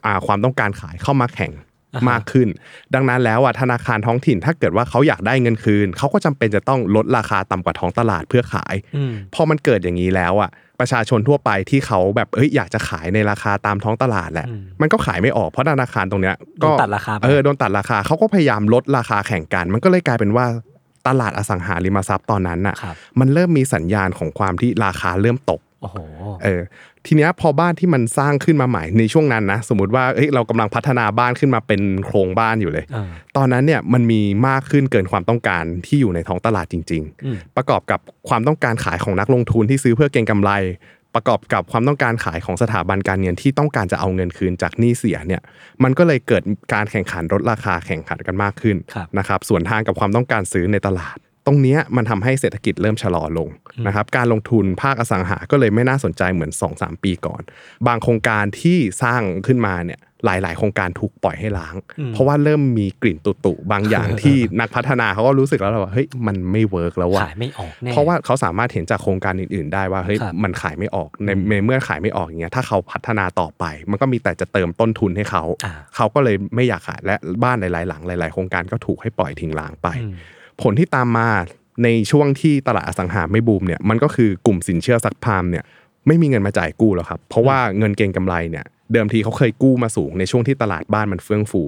อ่าความต้องการขายเข้ามาแข่ง อ่าฮะ มากขึ้น ดังนั้นแล้วอ่ะธนาคารท้องถิ่น ถ้าเกิดว่าเขาอยากได้เงินคืนเขาก็จำเป็นจะต้องลดราคาต่ำกว่าท้องตลาดเพื่อขาย อืม พอมันเกิดอย่างนี้แล้วอ่ะประชาชนทั่วไปที่เขาแบบเอ้ยอยากจะขายในราคาตามท้องตลาดแหละ อืม มันก็ขายไม่ออกเพราะธนาคารตรงเนี้ยก็ โดนตัดราคาไป เออโดนตัดราคาเขาก็พยายามลดราคาแข่งกัน มันก็เลยกลายเป็นว่าตลาดอสังหาริมทรัพย์ตอนนั้นน่ะ ครับ มันเริ่มมีสัญญาณของความที่ราคาเริ่มตก โอ้โห เออทีเนี้ยพอบ้านที่มันสร้างขึ้นมาใหม่ในช่วงนั้นนะสมมติว่าเอ้ยเรากำลังพัฒนาบ้านขึ้นมาเป็นโครงบ้านอยู่เลย เออ ตอนนั้นเนี่ยมันมีมากขึ้นเกินความต้องการที่อยู่ในท้องตลาดจริง อืม ๆ ประกอบกับความต้องการขายของนักลงทุนที่ซื้อเพื่อเก็งกำไร ประกอบกับความต้องการขายของสถาบันการเงินที่ต้องการจะเอาเงินคืนจากหนี้เสียเนี่ยมันก็เลยเกิดการแข่งขันลดราคาแข่งขันกันมากขึ้น ครับ นะครับส่วนทางกับความต้องการซื้อในตลาด ตรงเนี้ยมันทำให้เศรษฐกิจเริ่มชะลอลงนะครับการลงทุนภาคอสังหาก็เลยไม่น่าสนใจเหมือน 2-3 ปีก่อน บางโครงการที่สร้างขึ้นมาเนี่ยหลาย ๆ โครงการถูกปล่อยให้ล้าง อืม เพราะว่าเริ่มมีกลิ่นตุตุๆบางอย่าง ที่นักพัฒนาเขาก็รู้สึกแล้วแหละว่าเฮ้ยมันไม่เวิร์กแล้วว่ะ ขายไม่ออกแน่ เพราะว่าเขาสามารถเห็นจากโครงการอื่นๆ ได้ว่าเฮ้ย ครับ มันขายไม่ออกในในเมื่อขายไม่ออกอย่างเงี้ยถ้าเขาพัฒนาต่อไป มันก็มีแต่จะเติมต้นทุนให้เขา อ่า เขาก็เลยไม่อยากขายและบ้านหลายๆ หลังหลายๆ โครงการก็ถูกให้ปล่อยทิ้งร้างไป อืม ผลที่ตามมาในช่วงที่ตลาดอสังหาไม่บูมเนี่ยมันก็คือกลุ่มสินเชื่อซักพามเนี่ยไม่มีเงินมาจ่ายกู้แล้วครับเพราะว่าเงินเก็งกำไรเนี่ยเดิมทีเขาเคยกู้มาสูงในช่วงที่ตลาดบ้านมันเฟื่องฟู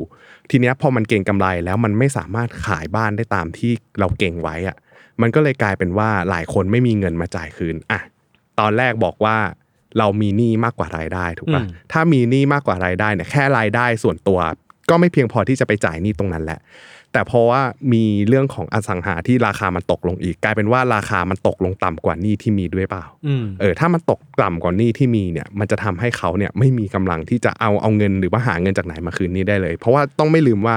ทีเนี้ยพอมันเก็งกำไรแล้วมันไม่สามารถขายบ้านได้ตามที่เราเก็งไว้อะมันก็เลยกลายเป็นว่าหลายคนไม่มีเงินมาจ่ายคืนอ่ะตอนแรกบอกว่าเรามีหนี้มากกว่ารายได้ถูกปะถ้ามีหนี้มากกว่ารายได้เนี่ยแค่รายได้ส่วนตัว ก็ไม่เพียงพอที่จะไปจ่ายหนี้ตรงนั้นแหละ แต่เพราะว่ามีเรื่องของอสังหาที่ราคามันตกลงอีก กลายเป็นว่าราคามันตกลงต่ำกว่าหนี้ที่มีด้วยเปล่า อืม เออถ้ามันตกต่ำกว่าหนี้ที่มีเนี่ยมันจะทำให้เขาเนี่ยไม่มีกำลังที่จะเอาเอาเงินหรือว่าหาเงินจากไหนมาคืนหนี้ได้เลย เพราะว่าต้องไม่ลืมว่า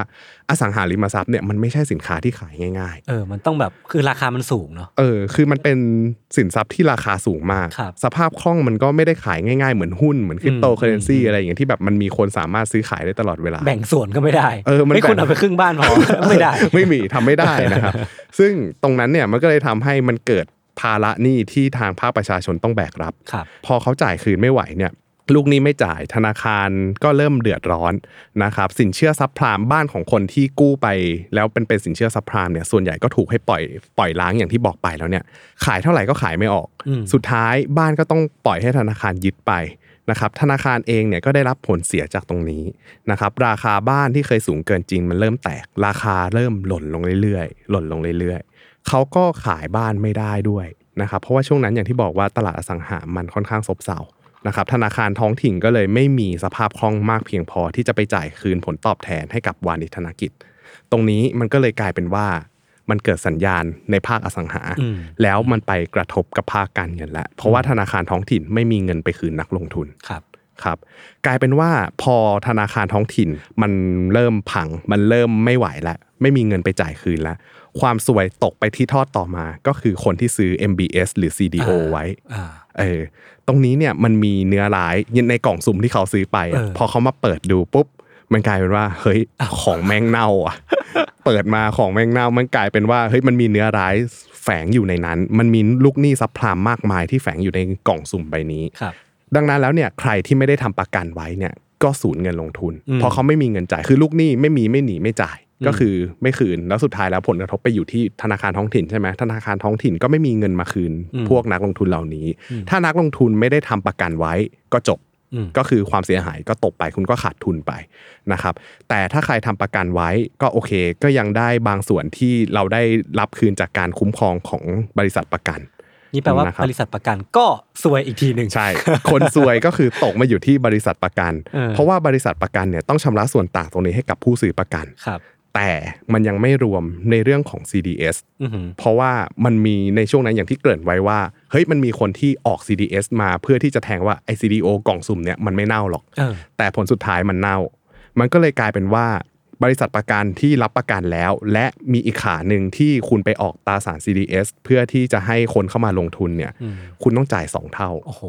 อสังหาริมทรัพย์เนี่ยมันไม่ใช่สินค้าที่ขายง่าย เออ มันต้องแบบ คือราคามันสูงเนาะ ๆเออคือมันเป็นสินทรัพย์ที่ราคาสูงมาก ครับ สภาพคล่องมันก็ไม่ได้ขายง่ายๆเหมือนหุ้นเหมือนคริปโตเคอเรนซี อืม อะไรอย่างเงี้ยที่แบบมันมีคนสามารถซื้อขายได้ตลอดเวลา แบ่งส่วนก็ไม่ได้ เออมัน ไม่คุณ แบ่ง เอาไปครึ่งบ้านพอ ไม่ได้ ไม่มีทำไม่ได้นะครับ ซึ่งตรงนั้นเนี่ยมันก็เลยทำให้มันเกิด ภาระหนี้ที่ทางภาคประชาชนต้องแบกรับ ครับ พอเขาจ่ายคืนไม่ไหวเนี่ยลูกหนี้ไม่จ่ายธนาคารก็เริ่มเดือดร้อนนะครับสินเชื่อซับพลามบ้านของคนที่กู้ไป แล้วเป็นเป็นสินเชื่อซับพลามเนี่ยส่วนใหญ่ก็ถูกให้ปล่อยปล่อยล้างอย่างที่บอกไปแล้วเนี่ยขายเท่าไหร่ก็ขายไม่ออก อืม สุดท้ายบ้านก็ต้องปล่อยให้ธนาคารยึดไปนะครับธนาคารเองเนี่ยก็ได้รับผลเสียจากตรงนี้นะครับราคาบ้านที่เคยสูงเกินจริงมันเริ่มแตก ราคาเริ่มหล่นลงเรื่อยๆ หล่นลงเรื่อยๆ เขาก็ขายบ้านไม่ได้ด้วยนะครับเพราะว่าช่วงนั้นอย่างที่บอกว่าตลาดอสังหามันค่อนข้างซบเซานะครับธนาคารท้องถิ่นก็เลยไม่มีสภาพคล่องมากเพียงพอที่จะไปจ่ายคืนผลตอบแทนให้กับวานิชธนกิจ ตรงนี้มันก็เลยกลายเป็นว่า มันเกิดสัญญาณในภาคอสังหา อืม แล้วมันไปกระทบกับภาคการเงินและเพราะว่าธนาคารท้องถิ่นไม่มีเงินไปคืนนักลงทุน ครับ ครับกลายเป็นว่าพอธนาคารท้องถิ่นมันเริ่มพัง มันเริ่มไม่ไหวแล้ว ไม่มีเงินไปจ่ายคืนแล้ว ความสวยตกไปที่ทอดต่อมาก็คือคนที่ซื้อ MBS หรือ CDO อ่า ไว้ อ่า เออตรงนี้เนี่ยมันมีเนื้อร้ายในกล่องสุ่มที่เขาซื้อไปอะ เออ พอเขามาเปิดดูปุ๊บ มันกลายเป็นว่าเฮ้ยของแมงเน่าอ่ะ เปิดมาของแมงเน่ามันกลายเป็นว่าเฮ้ยมันมีเนื้อร้ายแฝงอยู่ในนั้น มันมีลูกหนี้ซับพลามมากมายที่แฝงอยู่ในกล่องสุ่มใบนี้ ครับ ดังนั้นแล้วเนี่ยใครที่ไม่ได้ทำประกันไว้เนี่ยก็สูญเงินลงทุน อืม เพราะเขาไม่มีเงินจ่ายคือลูกหนี้ไม่มีไม่หนีไม่จ่าย ก็คือไม่คืนแล้วสุดท้ายแล้วผลกระทบไปอยู่ที่ธนาคารท้องถิ่นใช่ไหมธนาคารท้องถิ่นก็ไม่มีเงินมาคืน อืม พวกนักลงทุนเหล่านี้ อืม ถ้านักลงทุนไม่ได้ทำประกันไว้ก็จบ อืม ก็คือความเสียหายก็ตกไปคุณก็ขาดทุนไปนะครับแต่ถ้าใครทำประกันไว้ก็โอเค ก็ยังได้บางส่วนที่เราได้รับคืนจากการคุ้มครองของบริษัทประกัน นี่แปลว่า นะครับ บริษัทประกันก็ซวยอีกทีหนึ่ง ใช่ คนซวยก็คือตกมาอยู่ที่บริษัทประกัน เออ เพราะว่าบริษัทประกันเนี่ยต้องชำระส่วนต่างตรงนี้ให้กับผู้ซื้อประกัน ครับ แต่มันยังไม่รวมในเรื่องของ CDS อือหือ เพราะว่ามันมีในช่วงนั้นอย่างที่เกริ่นไว้ว่า เฮ้ยมันมีคนที่ออก CDS มาเพื่อที่จะแทงว่าไอ CDO กล่องสุ่มเนี่ยมันไม่เน่าหรอก เออ แต่ผลสุดท้ายมันเน่า มันก็เลยกลายเป็นว่า บริษัทประกันที่รับประกันแล้ว และมีอีกขาหนึ่งที่คุณไปออกตราสาร CDS เพื่อที่จะให้คนเข้ามาลงทุนเนี่ย อืม คุณต้องจ่ายสองเท่า โอ้โห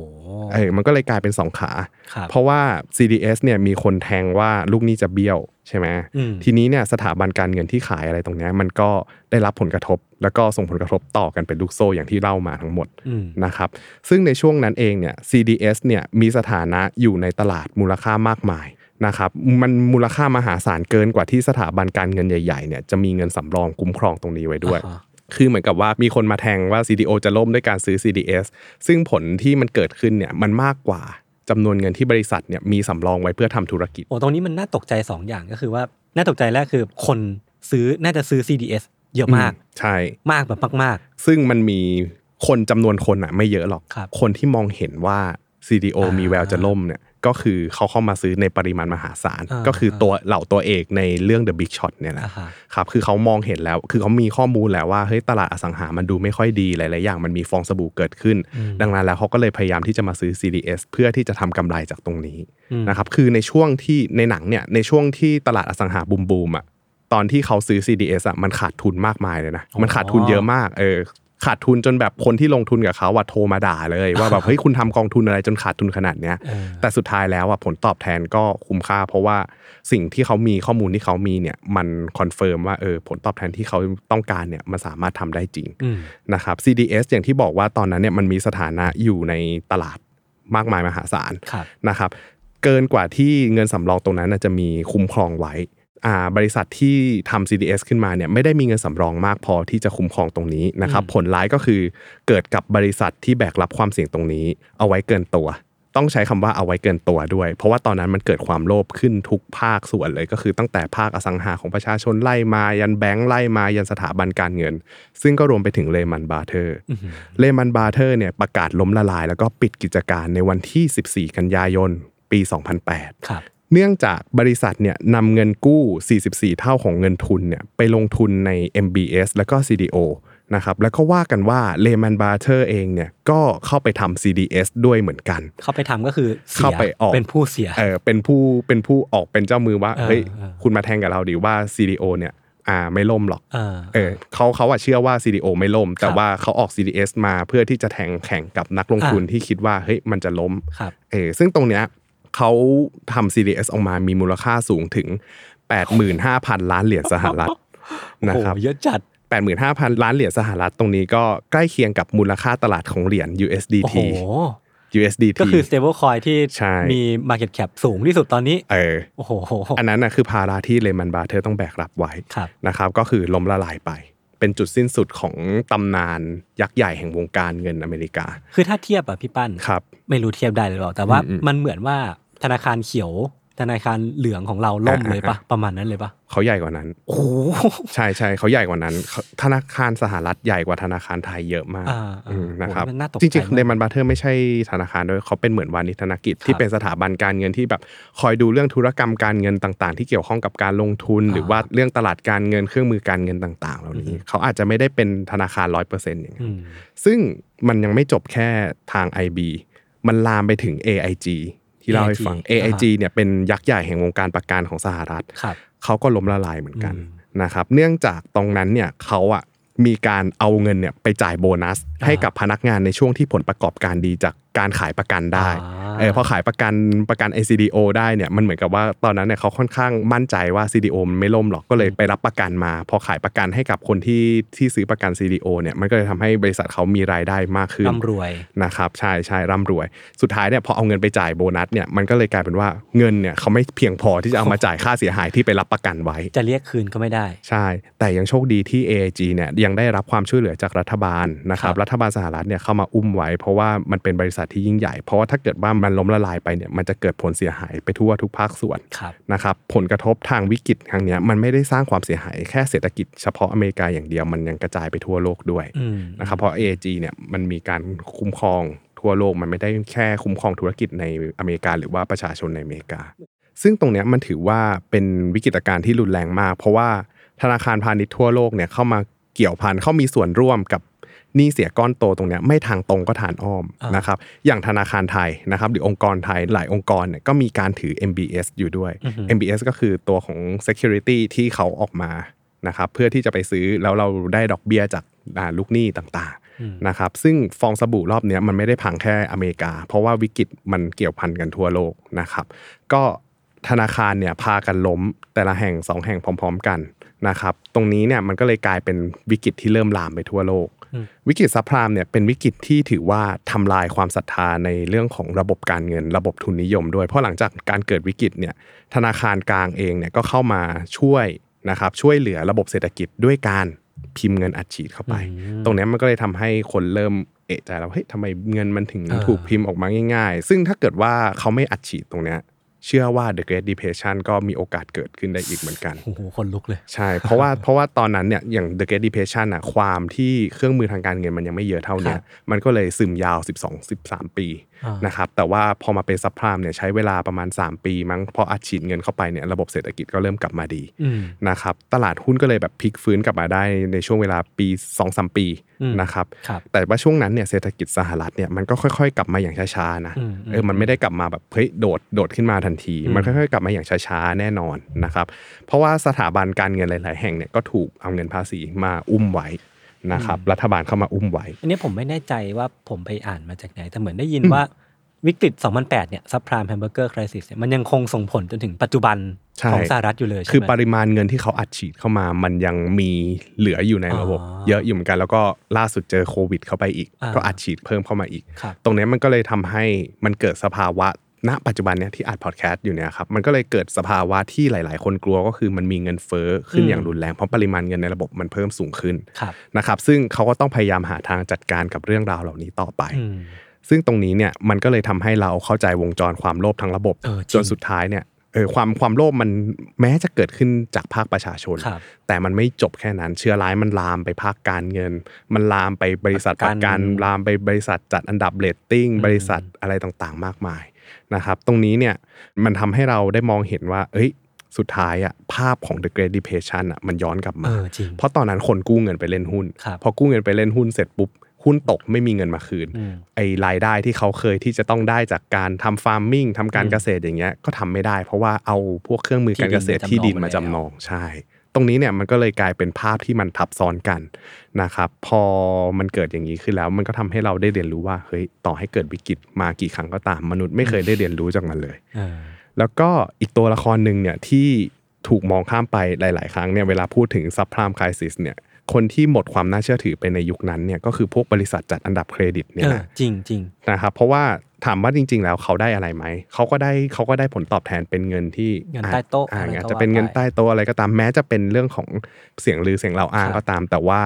เออมันก็เลยกลายเป็นสองขา ครับ เพราะว่า CDS เนี่ยมีคนแทงว่าลูกหนี้จะเบี้ยวใช่ไหม อืม ทีนี้เนี่ยสถาบันการเงินที่ขายอะไรตรงเนี้ยมันก็ได้รับผลกระทบ แล้วก็ส่งผลกระทบต่อกันเป็นลูกโซ่อย่างที่เล่ามาทั้งหมด อืม นะครับ ซึ่งในช่วงนั้นเองเนี่ย CDS เนี่ยมีสถานะอยู่ในตลาดมูลค่ามากมายนะครับ มันมูลค่ามหาศาลเกินกว่าที่สถาบันการเงินใหญ่ๆเนี่ยจะมีเงินสำรองคุ้มครองตรงนี้ไว้ด้วย อ่าฮะ คือเหมือนกับว่ามีคนมาแทงว่า CDO จะล่มด้วยการซื้อ CDS ซึ่งผลที่มันเกิดขึ้นเนี่ยมันมากกว่าจำนวนเงินที่บริษัทเนี่ยมีสำรองไว้เพื่อทำธุรกิจ โอ้ตรงนี้มันน่าตกใจสองอย่างก็คือว่า น่าตกใจแรกคือคนซื้อน่าจะซื้อ CDS เยอะมาก ใช่ มากแบบมาก ซึ่งมันมีคนจำนวนคนอ่ะไม่เยอะหรอก ครับ นที่มองเห็นว่า CDO อ่ามี มีแววจะล่มเนี่ยก็คือเขาเข้ามาซื้อในปริมาณมหาศาล อ่า ก็คือตัวเหล่าตัวเอกในเรื่อง The Big Shot เนี่ย ๆ แหละ อ่าฮะ ครับ คือเขามองเห็นแล้ว คือเขามีข้อมูลแล้วว่า เฮ้ย ตลาดอสังหา มันดูไม่ค่อยดี หลาย ๆ อย่าง มันมีฟองสบู่เกิดขึ้น อืม ดังนั้นแล้วเขาก็เลยพยายามที่จะมาซื้อ CDS เพื่อที่จะทำกำไรจากตรงนี้ อืม นะครับ คือในช่วงที่ในหนังเนี่ย ในช่วงที่ตลาดอสังหาบูมบูมๆอ่ะ ตอนที่เขาซื้อ CDS อ่ะ มันขาดทุนมากมายเลยนะ มันขาดทุนเยอะมาก เออ ขาดทุนจนแบบคนที่ลงทุนกับเขาอ่ะโทรมาด่าเลย ว่า (laughs) แบบ เฮ้ย คุณทำกองทุนอะไรจนขาดทุนขนาดเนี้ย เออ แต่สุดท้ายแล้วอะผลตอบแทนก็คุ้มค่า เพราะว่าสิ่งที่เขามีข้อมูลที่เขามีเนี่ยมันคอนเฟิร์มว่าเออผลตอบแทนที่เขาต้องการเนี่ยมันสามารถทำได้จริง อืม นะครับ CDS อย่างที่บอกว่าตอนนั้นเนี่ยมันมีสถานะอยู่ในตลาดมากมายมหาศาล ครับ นะครับ เกินกว่าที่เงินสำรองตรงนั้นน่ะจะมีคุ้มครองไว้อ่าบริษัทที่ทำ CDS ขึ้นมาเนี่ยไม่ได้มีเงินสำรองมากพอที่จะคุ้มครองตรงนี้นะครับ ผลร้ายก็คือเกิดกับบริษัทที่แบกรับความเสี่ยงตรงนี้ เอาไว้เกินตัว ต้องใช้คำว่าเอาไว้เกินตัวด้วย เพราะว่าตอนนั้นมันเกิดความโลภขึ้นทุกภาคส่วนเลยก็คือตั้งแต่ภาคอสังหาของประชาชนไล่มายันแบงก์ไล่มายันสถาบันการเงิน ซึ่งก็รวมไปถึงเลมันบาเทอร์เลมันบาเทอร์เนี่ยประกาศล้มละลาย แล้วก็ปิดกิจการในวันที่ 14 กันยายน ปี 2008 ครับ เนื่องจากบริษัทเนี่ยนำเงินกู้ 44 เท่าของเงินทุนเนี่ยไปลงทุนใน MBS แล้วก็ CDO นะครับ แล้วก็ว่ากันว่า Lehman Brothers เองเนี่ยก็เข้าไปทำ CDS ด้วยเหมือนกัน เข้าไปทำก็คือสีย เข้าไปออก เป็นผู้เสีย เออเป็นผู้เป็นผู้ออกเป็นเจ้ามือว่า เออ เฮ้ย เออ คุณมาแทงกับเราดีว่า CDO เนี่ยอ่าไม่ล่มหรอก เออ เออเขาเขาอะเชื่อว่า CDO ไม่ล่ม แต่ ครับ ว่าเขาออก CDS มาเพื่อที่จะแทงแข่งกับนักลงทุนที่คิดว่าเฮ้ยมันจะล้ม ครับ เออซึ่งตรงเนี้ยเขาทำ CDS ออกมามีมูลค่าสูงถึง 85,000 ล้านเหรียญสหรัฐ โอ้ นะ โห ครับ เยอะจัด 85,000 ล้านเหรียญสหรัฐตรงนี้ก็ใกล้เคียงกับมูลค่าตลาดของเหรียญ โอ้ USDT โห USDT ก็คือ stable coin ที่ ใช่ มี market cap สูงที่สุดตอนนี้ เออ โอ้โห อันนั้นนะคือภาระที่เลมันบาเทอร์ต้องแบกรับไว้ ครับ นะครับ ก็คือล้มละลายไป เป็นจุดสิ้นสุดของตำนานยักษ์ใหญ่แห่งวงการเงินอเมริกา คือถ้าเทียบอะพี่ปั้น ครับ ไม่รู้เทียบได้หรือเปล่า แต่ว่า อืมอืม มันเหมือนว่าธนาคารเขียว ธนาคารเหลืองของเราล่มเลยปะประมาณนั้นเลยปะ เขาใหญ่กว่านั้น โอ้โห ใช่ใช่เขาใหญ่กว่านั้นเขาธนาคารสหรัฐใหญ่กว่าธนาคารไทยเยอะมาก อ่า อืม นะ นะครับ น่าตกใจ จริงๆเล มาก มันบาเทอร์ไม่ใช่ธนาคารด้วยเขาเป็นเหมือนวานิชธนกิจ ครับ ที่เป็นสถาบันการเงินที่แบบคอยดูเรื่องธุรกรรมการเงินต่างๆ ที่เกี่ยวข้องกับการลงทุน อ่า หรือว่าเรื่องตลาดการเงินเครื่องมือการเงินต่างๆ เหล่า อื นี้ อฮึ เขาอาจจะไม่ได้เป็นธนาคารร้อยเปอร์เซ็นต์อย่างนั้น อืม ซึ่งมันยังไม่จบแค่ทาง IB มันลามไปถึง AIG ที่เล่าให้ฟัง AIG เนี่ยเป็นยักษ์ใหญ่แห่งวงการประกันของสหรัฐ ครับ เขาก็ล้มละลายเหมือนกัน อืม นะครับ เนื่องจากตรงนั้นเนี่ยเขาอะมีการเอาเงินเนี่ยไปจ่ายโบนัส อ่า ให้กับพนักงานในช่วงที่ผลประกอบการดีจากการขายประกันได้ อ่า เออพอขายประกันประกัน ICDO ได้เนี่ยมันเหมือนกับว่าตอนนั้นเนี่ยเขาค่อนข้างมั่นใจว่า CDO มันไม่ล่มหรอกก็เลยไปรับประกันมา พอขายประกันให้กับคนที่ที่ซื้อประกัน CDO เนี่ยมันก็เลยทำให้บริษัทเขามีรายได้มากขึ้น ร่ำรวย นะครับใช่ใช่ร่ำรวย สุดท้ายเนี่ยพอเอาเงินไปจ่ายโบนัสเนี่ยมันก็เลยกลายเป็นว่าเงินเนี่ยเขาไม่เพียงพอที่จะเอามาจ่ายค่าเสียหายที่ไปรับประกันไว้ จะเรียกคืนก็ไม่ได้ ใช่ แต่ยังโชคดีที่ AIG เนี่ยยังได้รับความช่วยเหลือจากรัฐบาลนะครับ ครับ รัฐบาลสหรัฐเนี่ยเข้ามาอุ้มไว้ เพราะว่ามันเป็นบริษัทที่ยิ่งใหญ่ เพราะว่าถ้าเกิดว่ามันล้มละลายไปเนี่ยมันจะเกิดผลเสียหายไปทั่วทุกภาคส่วน ครับ นะครับผลกระทบทางวิกฤตครั้งเนี้ยมันไม่ได้สร้างความเสียหายแค่เศรษฐกิจเฉพาะอเมริกาอย่างเดียวมันยังกระจายไปทั่วโลกด้วย อืม นะครับเพราะ AIG เนี่ยมันมีการคุ้มครองทั่วโลกมันไม่ได้แค่คุ้มครองธุรกิจในอเมริกาหรือว่าประชาชนในอเมริกา ซึ่งตรงเนี้ยมันถือว่าเป็นวิกฤตการณ์ที่รุนแรงมาก เพราะว่าธนาคารพาณิชย์ทั่วโลกเนี่ยเข้ามาเกี่ยวพันเข้ามีส่วนร่วมกับหนี้เสียก้อนโตตรงเนี้ยไม่ทางตรงก็ฐานอ้อม อ่าน นะครับอย่างธนาคารไทยนะครับหรือองค์กรไทยหลายองค์กรเนี่ยก็มีการถือ MBS อยู่ด้วย อือฮึ MBS ก็คือตัวของ Security ที่เขาออกมานะครับเพื่อที่จะไปซื้อแล้วเราได้ดอกเบี้ยจากอ่าลูกหนี้ต่าง อืม ๆนะครับซึ่งฟองสบู่รอบเนี้ยมันไม่ได้พังแค่อเมริกา เพราะว่าวิกฤตมันเกี่ยวพันกันทั่วโลกนะครับ ก็ธนาคารเนี่ยพากันล้มแต่ละแห่งสองแห่งพร้อม ๆ กันนะครับตรงนี้เนี่ยมันก็เลยกลายเป็นวิกฤตที่เริ่มลามไปทั่วโลก อืม วิกฤตซับไพรามเนี่ยเป็นวิกฤตที่ถือว่าทำลายความศรัทธาในเรื่องของระบบการเงิน ระบบทุนนิยมด้วยเพราะหลังจากการเกิดวิกฤตเนี่ยธนาคารกลางเองเนี่ยก็เข้ามาช่วยนะครับช่วยเหลือระบบเศรษฐกิจด้วยการพิมพ์เงินอัดฉีดเข้าไป อืม ตรงเนี้ยมันก็เลยทำให้คนเริ่มเอะใจแล้วเฮ้ยทำไมเงินมันถึง อ่า ถูกพิมพ์ออกมาง่าย ๆ ซึ่งถ้าเกิดว่าเขาไม่อัดฉีดตรงเนี้ยเชื่อว่า The Great Depression ก็มีโอกาสเกิดขึ้นได้อีกเหมือนกัน โอ้โหคนลุกเลย ใช่ เพราะว่า (laughs) เพราะว่าตอนนั้นเนี่ยอย่าง The Great Depression อะความที่เครื่องมือทางการเงินมันยังไม่เยอะเท่าเนี้ ครั ย บ มันก็เลยซึมยาว 12 13 ปี อ่าน นะครับแต่ว่าพอมาเป็นซับพรามเนี่ยใช้เวลาประมาณ 3 ปี มั้งพออัดฉีดเงินเข้าไปเนี่ยระบบเศรษฐกิจก็เริ่มกลับมาดี อืม นะครับตลาดหุ้นก็เลยแบบพลิกฟื้นกลับมาได้ในช่วงเวลาปี 2-3 ปี อืม นะครับ ครับ แต่ว่าช่วงนั้นเนี่ยเศรษฐกิจสหรัฐเนี่ยมันก็ค่อยๆ กลับมาอย่างช้าๆนะ อืม เออมันไม่ได้กลับมาแบบเฮ้ยโดดโดดขึ้นมาทันที อืม มันค่อยๆ กลับมาอย่างช้าๆแน่นอนนะครับเพราะว่าสถาบันการเงินหลายๆ แห่งเนี่ยก็ถูกเอาเงินภาษีมาอุ้มไว้นะครับรัฐบาลเข้ามาอุ้มไว้ อันนี้ผมไม่แน่ใจว่าผมไปอ่านมาจากไหน แต่เหมือนได้ยินว่าวิกฤต 2008 เนี่ยซับพรามแฮมเบอร์เกอร์คริสิสเนี่ยมันยังคงส่งผลจนถึงปัจจุบัน ใช่ ของสหรัฐอยู่เลยใช่ไหม คือปริมาณเงินที่เขาอัดฉีดเข้ามา มันยังมีเหลืออยู่ในระบบ อ๋อ เยอะอยู่เหมือนกันแล้วก็ล่าสุดเจอโควิด เข้าไปอีก อ่า ก็อัดฉีดเพิ่มเข้ามาอีก ครับ ตรงเนี้ยมันก็เลยทำให้มันเกิดสภาวะณปัจจุบันเนี่ยที่อัดพอดแคสต์อยู่เนี่ยครับมันก็เลยเกิดสภาวะที่หลาย ๆ คนกลัวก็คือมันมีเงินเฟ้อขึ้น อืม อย่างรุนแรงเพราะปริมาณเงินในระบบมันเพิ่มสูงขึ้น ครับ นะครับซึ่งเขาก็ต้องพยายามหาทางจัดการกับเรื่องราวเหล่านี้ต่อไป อืม ซึ่งตรงนี้เนี่ยมันก็เลยทำให้เราเข้าใจวงจรความโลภทั้งระบบ เออจริง จนสุดท้ายเนี่ยเออความความโลภมันแม้จะเกิดขึ้นจากภาคประชาชน ครับ แต่มันไม่จบแค่นั้น เชื้อร้ายมันลามไปภาคการเงิน มันลามไปบริษัท ป ประระกักันนลามไปบริษัทจัดอันดับเรตติ้ง อืม บริษัทอะไรต่างๆ มากมายนะครับตรงนี้เนี่ยมันทำให้เราได้มองเห็นว่า เอ้ยสุดท้ายอะภาพของ The Great Depression อะมันย้อนกลับ เอ มา อจริง เพราะตอนนั้นคนกู้เงินไปเล่นหุ้น ครับ พอกู้เงินไปเล่นหุ้นเสร็จปุ๊บหุ้นตกไม่มีเงินมาคืน อืม ไอรายได้ที่เขาเคยที่จะต้องได้จากการทำฟาร์มมิ่งทำการ อืม เกษตรอย่างเงี้ยก็ทำไม่ได้ เพราะว่าเอาพวกเครื่องมือการเกษตร ที่ ที่ดิดิน น มา มา จำนอง จำนองใช่ ตรงนี้เนี่ยมันก็เลยกลายเป็นภาพที่มันทับซ้อนกันนะครับพอมันเกิดอย่างนี้ขึ้นแล้วมันก็ทำให้เราได้เรียนรู้ว่าเฮ้ยต่อให้เกิดวิกฤตมากี่ครั้งก็ตามมนุษย์ไม่เคยได้เรียนรู้จากมันเลย เออ แล้วก็อีกตัวละครหนึ่งเนี่ยที่ถูกมองข้ามไปหลาย ๆ ครั้งเนี่ยเวลาพูดถึงซับพรามคริสิสเนี่ย คนที่หมดความน่าเชื่อถือไปในยุคนั้นเนี่ยก็คือพวกบริษัทจัดอันดับเครดิตเนี่ย เออ นะ จริงจริง นะครับเพราะว่าถามว่าจริง ๆ แล้วเขาได้อะไรไหมเขาก็ได้เขาก็ได้ผลตอบแทนเป็นเงินที่ เงินใต้โต๊ะ อ่ อะไรก็ อาจ ว่า จะเป็นเงิน ไป ใต้โต๊ะอะไรก็ตามแม้จะเป็นเรื่องของเสียงลือเสียงเราอ้าง ครับ ก็ตาม แต่ว่า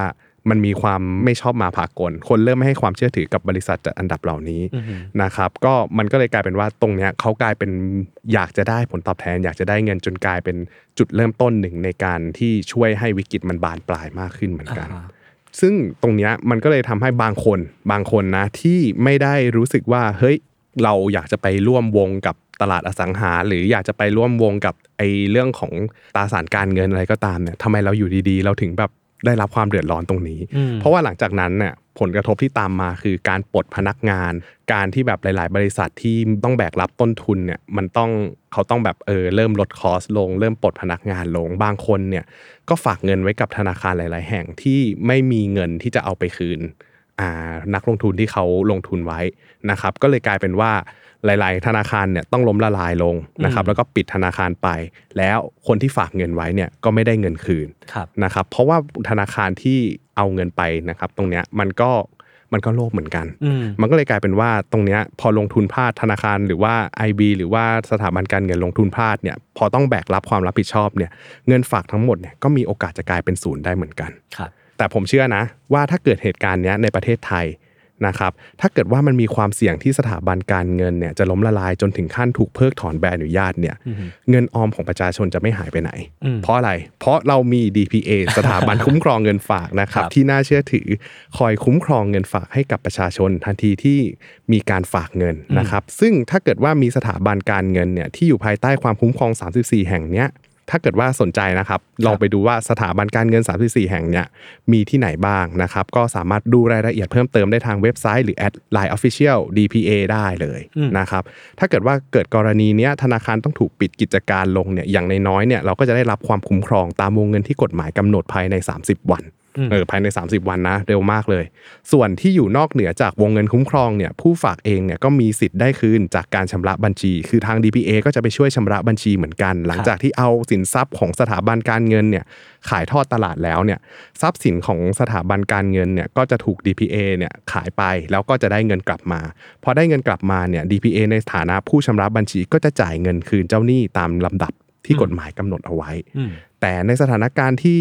มันมีความไม่ชอบมาพากลคนเริ่มไม่ให้ความเชื่อถือกับบริษัทจัดอันดับเหล่านี้ ๆอือหือ นะครับ ก็มันก็เลยกลายเป็นว่าตรงเนี้ยเขากลายเป็นอยากจะได้ผลตอบแทน อยากจะได้เงินจนกลายเป็นจุดเริ่มต้นหนึ่งในการที่ช่วยให้วิกฤตมันบานปลายมากขึ้นเหมือนกัน อ่าฮะ ซึ่งตรงเนี้ยมันก็เลยทำให้บางคนบางคนนะที่ไม่ได้รู้สึกว่าเฮ้ยเราอยากจะไปร่วมวงกับตลาดอสังหา หรืออยากจะไปร่วมวงกับไอเรื่องของตราสารการเงินอะไรก็ตามเนี่ยทำไมเราอยู่ดีๆ เราถึงแบบได้รับความเดือดร้อนตรงนี้ อืม เพราะว่าหลังจากนั้นเนี่ยผลกระทบที่ตามมาคือการปลดพนักงาน การที่แบบหลาย ๆ บริษัทที่ต้องแบกรับต้นทุนเนี่ยมันต้องเขาต้องแบบเออเริ่มลดคอสลง เริ่มปลดพนักงานลงบางคนเนี่ย ก็ฝากเงินไว้กับธนาคารหลาย ๆ แห่งที่ไม่มีเงินที่จะเอาไปคืนอ่านักลงทุนที่เขาลงทุนไว้นะครับ ก็เลยกลายเป็นว่าหลาย ๆ ธนาคารเนี่ยต้องล้มละลายลงนะครับ อืม แล้วก็ปิดธนาคารไป แล้วคนที่ฝากเงินไว้เนี่ยก็ไม่ได้เงินคืน ครับ นะครับ เพราะว่าธนาคารที่เอาเงินไปนะครับ ตรงเนี้ยมันก็มันก็โลภเหมือนกัน อืม มันก็เลยกลายเป็นว่าตรงเนี้ยพอลงทุนพลาดธนาคารหรือว่า IB หรือว่าสถาบันการเงินลงทุนพลาดเนี่ยพอต้องแบกรับความรับผิดชอบเนี่ยเงินฝากทั้งหมดเนี่ยก็มีโอกาสจะกลายเป็นศูนย์ได้เหมือนกัน ครับ แต่ผมเชื่อนะว่าถ้าเกิดเหตุการณ์เนี้ยในประเทศไทยนะครับถ้าเกิดว่ามันมีความเสี่ยงที่สถาบันการเงินเนี่ยจะล้มละลายจนถึงขั้นถูกเพิกถอนใบอนุญาตเนี่ย อือหือ เงินออมของประชาชนจะไม่หายไปไหน อืม เพราะอะไร เพราะเรามี DPA สถาบัน คุ้มครองเงินฝากนะครับ ครับ ที่น่าเชื่อถือคอยคุ้มครองเงินฝากให้กับประชาชนทันทีที่มีการฝากเงิน อืม นะครับ ซึ่งถ้าเกิดว่ามีสถาบันการเงินเนี่ยที่อยู่ภายใต้ความคุ้มครอง 34 แห่งเนี้ยถ้าเกิดว่าสนใจนะครับลองไปดูว่าสถาบันการเงิน 34 แห่งเนี่ยมีที่ไหนบ้างนะครับ ก็สามารถดูรายละเอียดเพิ่มเติมได้ทางเว็บไซต์หรือแอด Line Official DPA ได้เลย อืม นะครับ ถ้าเกิดว่าเกิดกรณีเนี้ยธนาคารต้องถูกปิดกิจการลงเนี่ยอย่างในน้อยๆเนี่ยเราก็จะได้รับความคุ้มครองตามวงเงินที่กฎหมายกำหนดภายใน 30 วัน อืม เออภายใน 30 วันนะเร็วมากเลย ส่วนที่อยู่นอกเหนือจากวงเงินคุ้มครองเนี่ยผู้ฝากเองเนี่ยก็มีสิทธิ์ได้คืนจากการชำระบัญชี คือทาง DPA ก็จะไปช่วยชำระบัญชีเหมือนกัน หลังจากที่เอาสินทรัพย์ของสถาบันการเงินเนี่ยขายทอดตลาดแล้วเนี่ยทรัพย์สินของสถาบันการเงินเนี่ยก็จะถูก DPA เนี่ยขายไปแล้วก็จะได้เงินกลับมา พอได้เงินกลับมาเนี่ย DPA ในฐานะผู้ชำระบัญชีก็จะจ่ายเงินคืนเจ้าหนี้ตามลำดับที่ อืม กฎหมายกำหนดเอาไว้ อืม แต่ในสถานการณ์ที่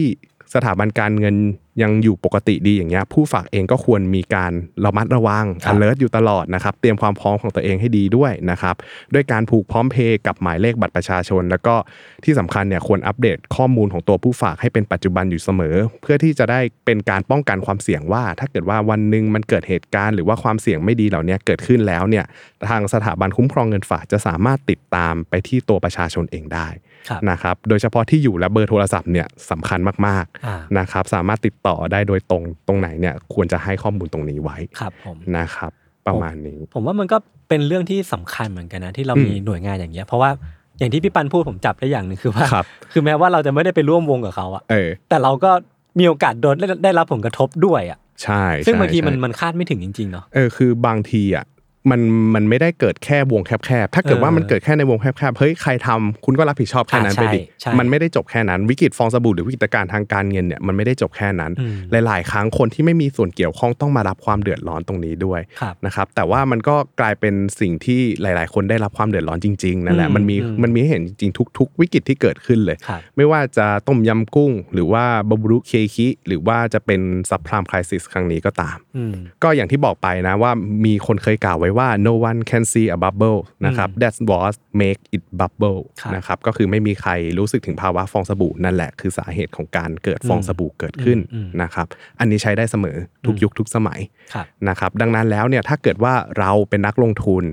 สถาบันการเงินยังอยู่ปกติดีอย่างเงี้ยผู้ฝากเองก็ควรมีการระมัดระวัง ครับ alert อยู่ตลอดนะครับ เตรียมความพร้อมของตัวเองให้ดีด้วยนะครับ ด้วยการผูกพร้อมเพย์กับหมายเลขบัตรประชาชน แล้วก็ที่สำคัญเนี่ยควรอัปเดตข้อมูลของตัวผู้ฝากให้เป็นปัจจุบันอยู่เสมอ เพื่อที่จะได้เป็นการป้องกันความเสี่ยงว่า ถ้าเกิดว่าวันหนึ่งมันเกิดเหตุการณ์หรือว่าความเสี่ยงไม่ดีเหล่านี้เกิดขึ้นแล้วเนี่ยทางสถาบันคุ้มครองเงินฝากจะสามารถติดตามไปที่ตัวประชาชนเองได้ ครับ นะครับ โดยเฉพาะที่อยู่และเบอร์โทรศัพท์เนี่ยสำคัญมาก อ่า ๆนะครับ สามารถติดต่อได้โดยตรงตรงไหนเนี่ยควรจะให้ข้อมูลตรงนี้ไว้ ครับผม นะครับ ประมาณนี้ ผมว่ามันก็เป็นเรื่องที่สำคัญเหมือนกันนะที่เรา อืม มีหน่วยงานอย่างเงี้ยเพราะว่าอย่างที่พี่ปันพูดผมจับได้อย่างหนึ่งคือว่า ครับ คือแม้ว่าเราจะไม่ได้ไปร่วมวงกับเขาอะ เออ แต่เราก็มีโอกาสโดนได้ได้รับผลกระทบด้วยอะ ใช่ ซึ่ง ใช่ บางทีมัน ใช่ มันคาดไม่ถึงจริงๆเนาะ เออคือบางทีอ่ะมันมันไม่ได้เกิดแค่วงแคบๆถ้าเกิดว่า เออ มันเกิดแค่ในวงแคบๆเฮ้ยใครทำคุณก็รับผิดชอบแค่นั้นไปดิ อ่าใช่ใช่ มันไม่ได้จบแค่นั้นวิกฤตฟองสบู่หรือวิกฤตการณ์ทางการเงินเนี่ยมันไม่ได้จบแค่นั้น อืม หลาย ๆ ครั้งคนที่ไม่มีส่วนเกี่ยวข้องต้องมารับความเดือดร้อนตรงนี้ด้วย ครับ นะครับแต่ว่ามันก็กลายเป็นสิ่งที่หลาย ๆ คนได้รับความเดือดร้อนจริง ๆ นั่นแหละ อืม มันมี อืม มันมีให้เห็นจริงๆทุก ๆ วิกฤตที่เกิดขึ้นเลย ครับ ไม่ว่าจะต้มยำกุ้ง หรือว่าบาบูรุเคคิ หรือว่าจะเป็นซับพลามคริสิสครั้งนี้ก็ตาม อืม ก็อย่างที่บอกไปนะว่ามีคนเคยกล่าวไว้ว่า no one can see a bubble นะครับ that was make it bubble ครับ นะครับก็คือไม่มีใครรู้สึกถึงภาวะฟองสบู่นั่นแหละคือสาเหตุของการเกิดฟองสบู่เกิดขึ้นนะครับอันนี้ใช้ได้เสมอทุกยุคทุกสมัย ครับ นะครับดังนั้นแล้วเนี่ยถ้าเกิดว่าเราเป็นนักลงทุน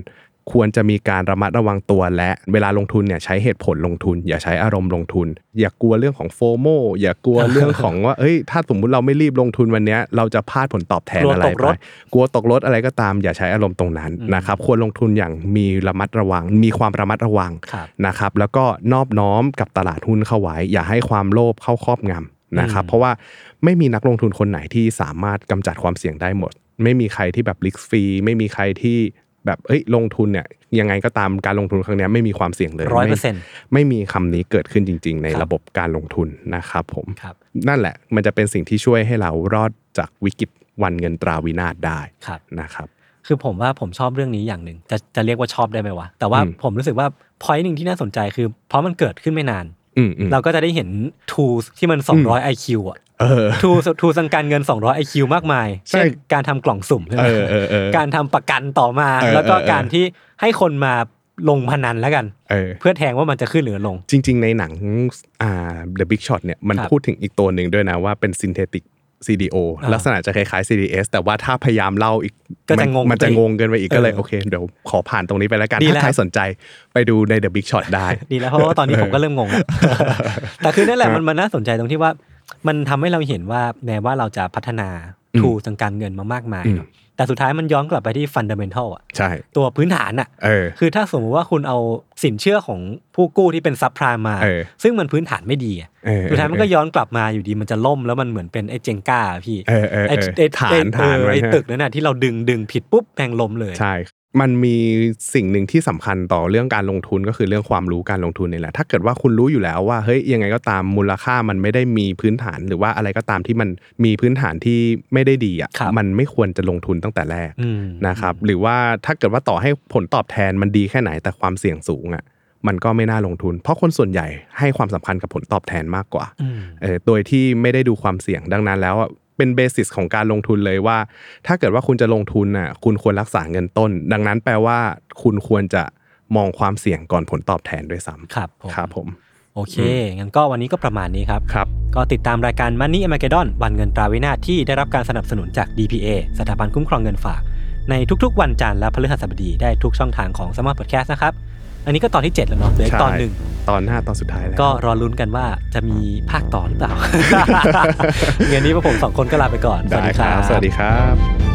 ควรจะมีการระมัดระวังตัวและเวลาลงทุนเนี่ยใช้เหตุผลลงทุน อย่าใช้อารมณ์ลงทุน อย่ากลัวเรื่องของโฟโมอย่ากลัวเรื่องของว่าเอ้ยถ้าสมมติเราไม่รีบลงทุนวันเนี้ยเราจะพลาดผลตอบแทน กลัว อะไร ตกร ไป ถ กลัวตกรถอะไรก็ตาม อย่าใช้อารมณ์ตรงนั้นนะครับควรลงทุนอย่างมีระมัดระวัง มีความระมัดระวัง ครับ นะครับแล้วก็นอบน้อมกับตลาดหุ้นเข้าไว้ อย่าให้ความโลภเข้าครอบงำนะครับ อืม เพราะว่าไม่มีนักลงทุนคนไหนที่สามารถกำจัดความเสี่ยงได้หมด ไม่มีใครที่แบบลิกฟรีไม่มีใครที่ แบบเอ้ยลงทุนเนี่ยยังไงก็ตามการลงทุนครั้งเนี้ยไม่มีความเสี่ยงเลย ร้อยเปไม่อร์เซ็นต์ ไม่มีคำนี้เกิดขึ้นจริง ๆ ใน ครับ ระบบการลงทุนนะครับผม ครับ นั่นแหละมันจะเป็นสิ่งที่ช่วยให้เรารอดจากวิกฤตวันเงินตราวินาศได้ ครับ นะครับ คือผมว่าผมชอบเรื่องนี้อย่างหนึ่งจะจะเรียกว่าชอบได้ไหมวะแต่ว่า อืม ผมรู้สึกว่าพอยต์หนึ่งที่น่าสนใจคือ เพราะมันเกิดขึ้นไม่นาน อืมอืม เราก็จะได้เห็น tools ที่มัน อืม 200 IQ อ่ะ เออ tools tools ทางการเงิน 200 IQ มากมาย ใช่ เช่นการทำกล่องสุ่มใช่ไห เอ ม อเออเออ การทำประกันต่อมา เออ แล้วก็ เออเออ การที่ให้คนมาลงพนันแล้วกัน เออ เพื่อแทงว่ามันจะขึ้นหรือลง จริง ๆ ในหนังอ่า The Big Shot เนี่ยมัน ครับ พูดถึงอีกตัวหนึ่งด้วยนะว่าเป็น synthetic CDO ลักษณะจะคล้ายๆ CDS แต่ว่าถ้าพยายามเล่าอีก ก็จะงง มันมันจะงงเกินไปอีก เออ ก็เลยโอเค เดี๋ยวขอผ่านตรงนี้ไปแล้วกัน ดี ถ้า แล้ว ใครสนใจไปดูใน The Big Shot (laughs) ได้ ดีแล้วเพราะว่าตอนนี้ผมก็เริ่มง (laughs) งแล้ว แต่คือนั่นแหละ ครับ มันมันน่าสนใจตรงที่ว่า มันทำให้เราเห็นว่าแม้ว่าเราจะพัฒนา อืม ทูทางการเงินมามากมาย อืม เนอะแต่สุดท้ายมันย้อนกลับไปที่ฟันเดเมนทัลอ่ะ ใช่ ตัวพื้นฐานอ่ะ เออ คือถ้าสมมติว่าคุณเอาสินเชื่อของผู้กู้ที่เป็นซับไพรามมา เออ ซึ่งมันพื้นฐานไม่ดีอะ เออ สุดท้ายมันก็ย้อนกลับมาอยู่ดีมันจะล่มแล้วมันเหมือนเป็นไอ้เจงก้าอะพี่ เออเออเอ ไอ้ อ ไอ้ ฐานฐาน เออ ไว้ ไอ้ ใช่ ตึกนั้นน่ะที่เราดึงดึงผิดปุ๊บแพงล้มเลย ใช่ มันมีสิ่งหนึ่งที่สำคัญต่อเรื่องการลงทุนก็คือเรื่องความรู้การลงทุนนี่แหละ ถ้าเกิดว่าคุณรู้อยู่แล้วว่าเฮ้ยยังไงก็ตามมูลค่ามันไม่ได้มีพื้นฐานหรือว่าอะไรก็ตามที่มันมีพื้นฐานที่ไม่ได้ดี ครับ อะ่ะ มันไม่ควรจะลงทุนตั้งแต่แรก อืม นะครับ หรือว่าถ้าเกิดว่าต่อให้ผลตอบแทนมันดีแค่ไหนแต่ความเสี่ยงสูงอะ่ะ มันก็ไม่น่าลงทุน เพราะคนส่วนใหญ่ให้ความสำคัญกับผลตอบแทนมากกว่า อืม เออโดยที่ไม่ได้ดูความเสี่ยงดังนั้นแล้วอะเป็นเบสิสของการลงทุนเลยว่า ถ้าเกิดว่าคุณจะลงทุนน่ะคุณควรรักษาเงินต้น ดังนั้นแปลว่า คุณควรจะมองความเสี่ยงก่อนผลตอบแทนด้วยซ้ำ ครับผม ครับผม โอเค อื งั้นก็วันนี้ก็ประมาณนี้ครับ ครับ ก็ติดตามรายการ Money a m a g e d o n วันเงินตราวินาศที่ได้รับการสนับสนุนจาก DPA สถาบันคุ้มครองเงินฝาก ในทุกๆ วันจันทร์และพฤหัสบดีได้ทุกช่องทางของ s มาร์ Podcast นะครับ อันนี้ก็ตอนที่ 7 แล้วเนาะเหลืออีกตอน ใช่ หนึ่ง ตอนหน้าตอนสุดท้ายแล้ว ก็รอลุ้นกันว่าจะมี (laughs) ภาคต่อหรือเปล่า เงี้ยนี้พวกผมสองคนก็ลาไปก่อน สวัส ได้ ดี ค ครัรับ บ สวัสดีครับ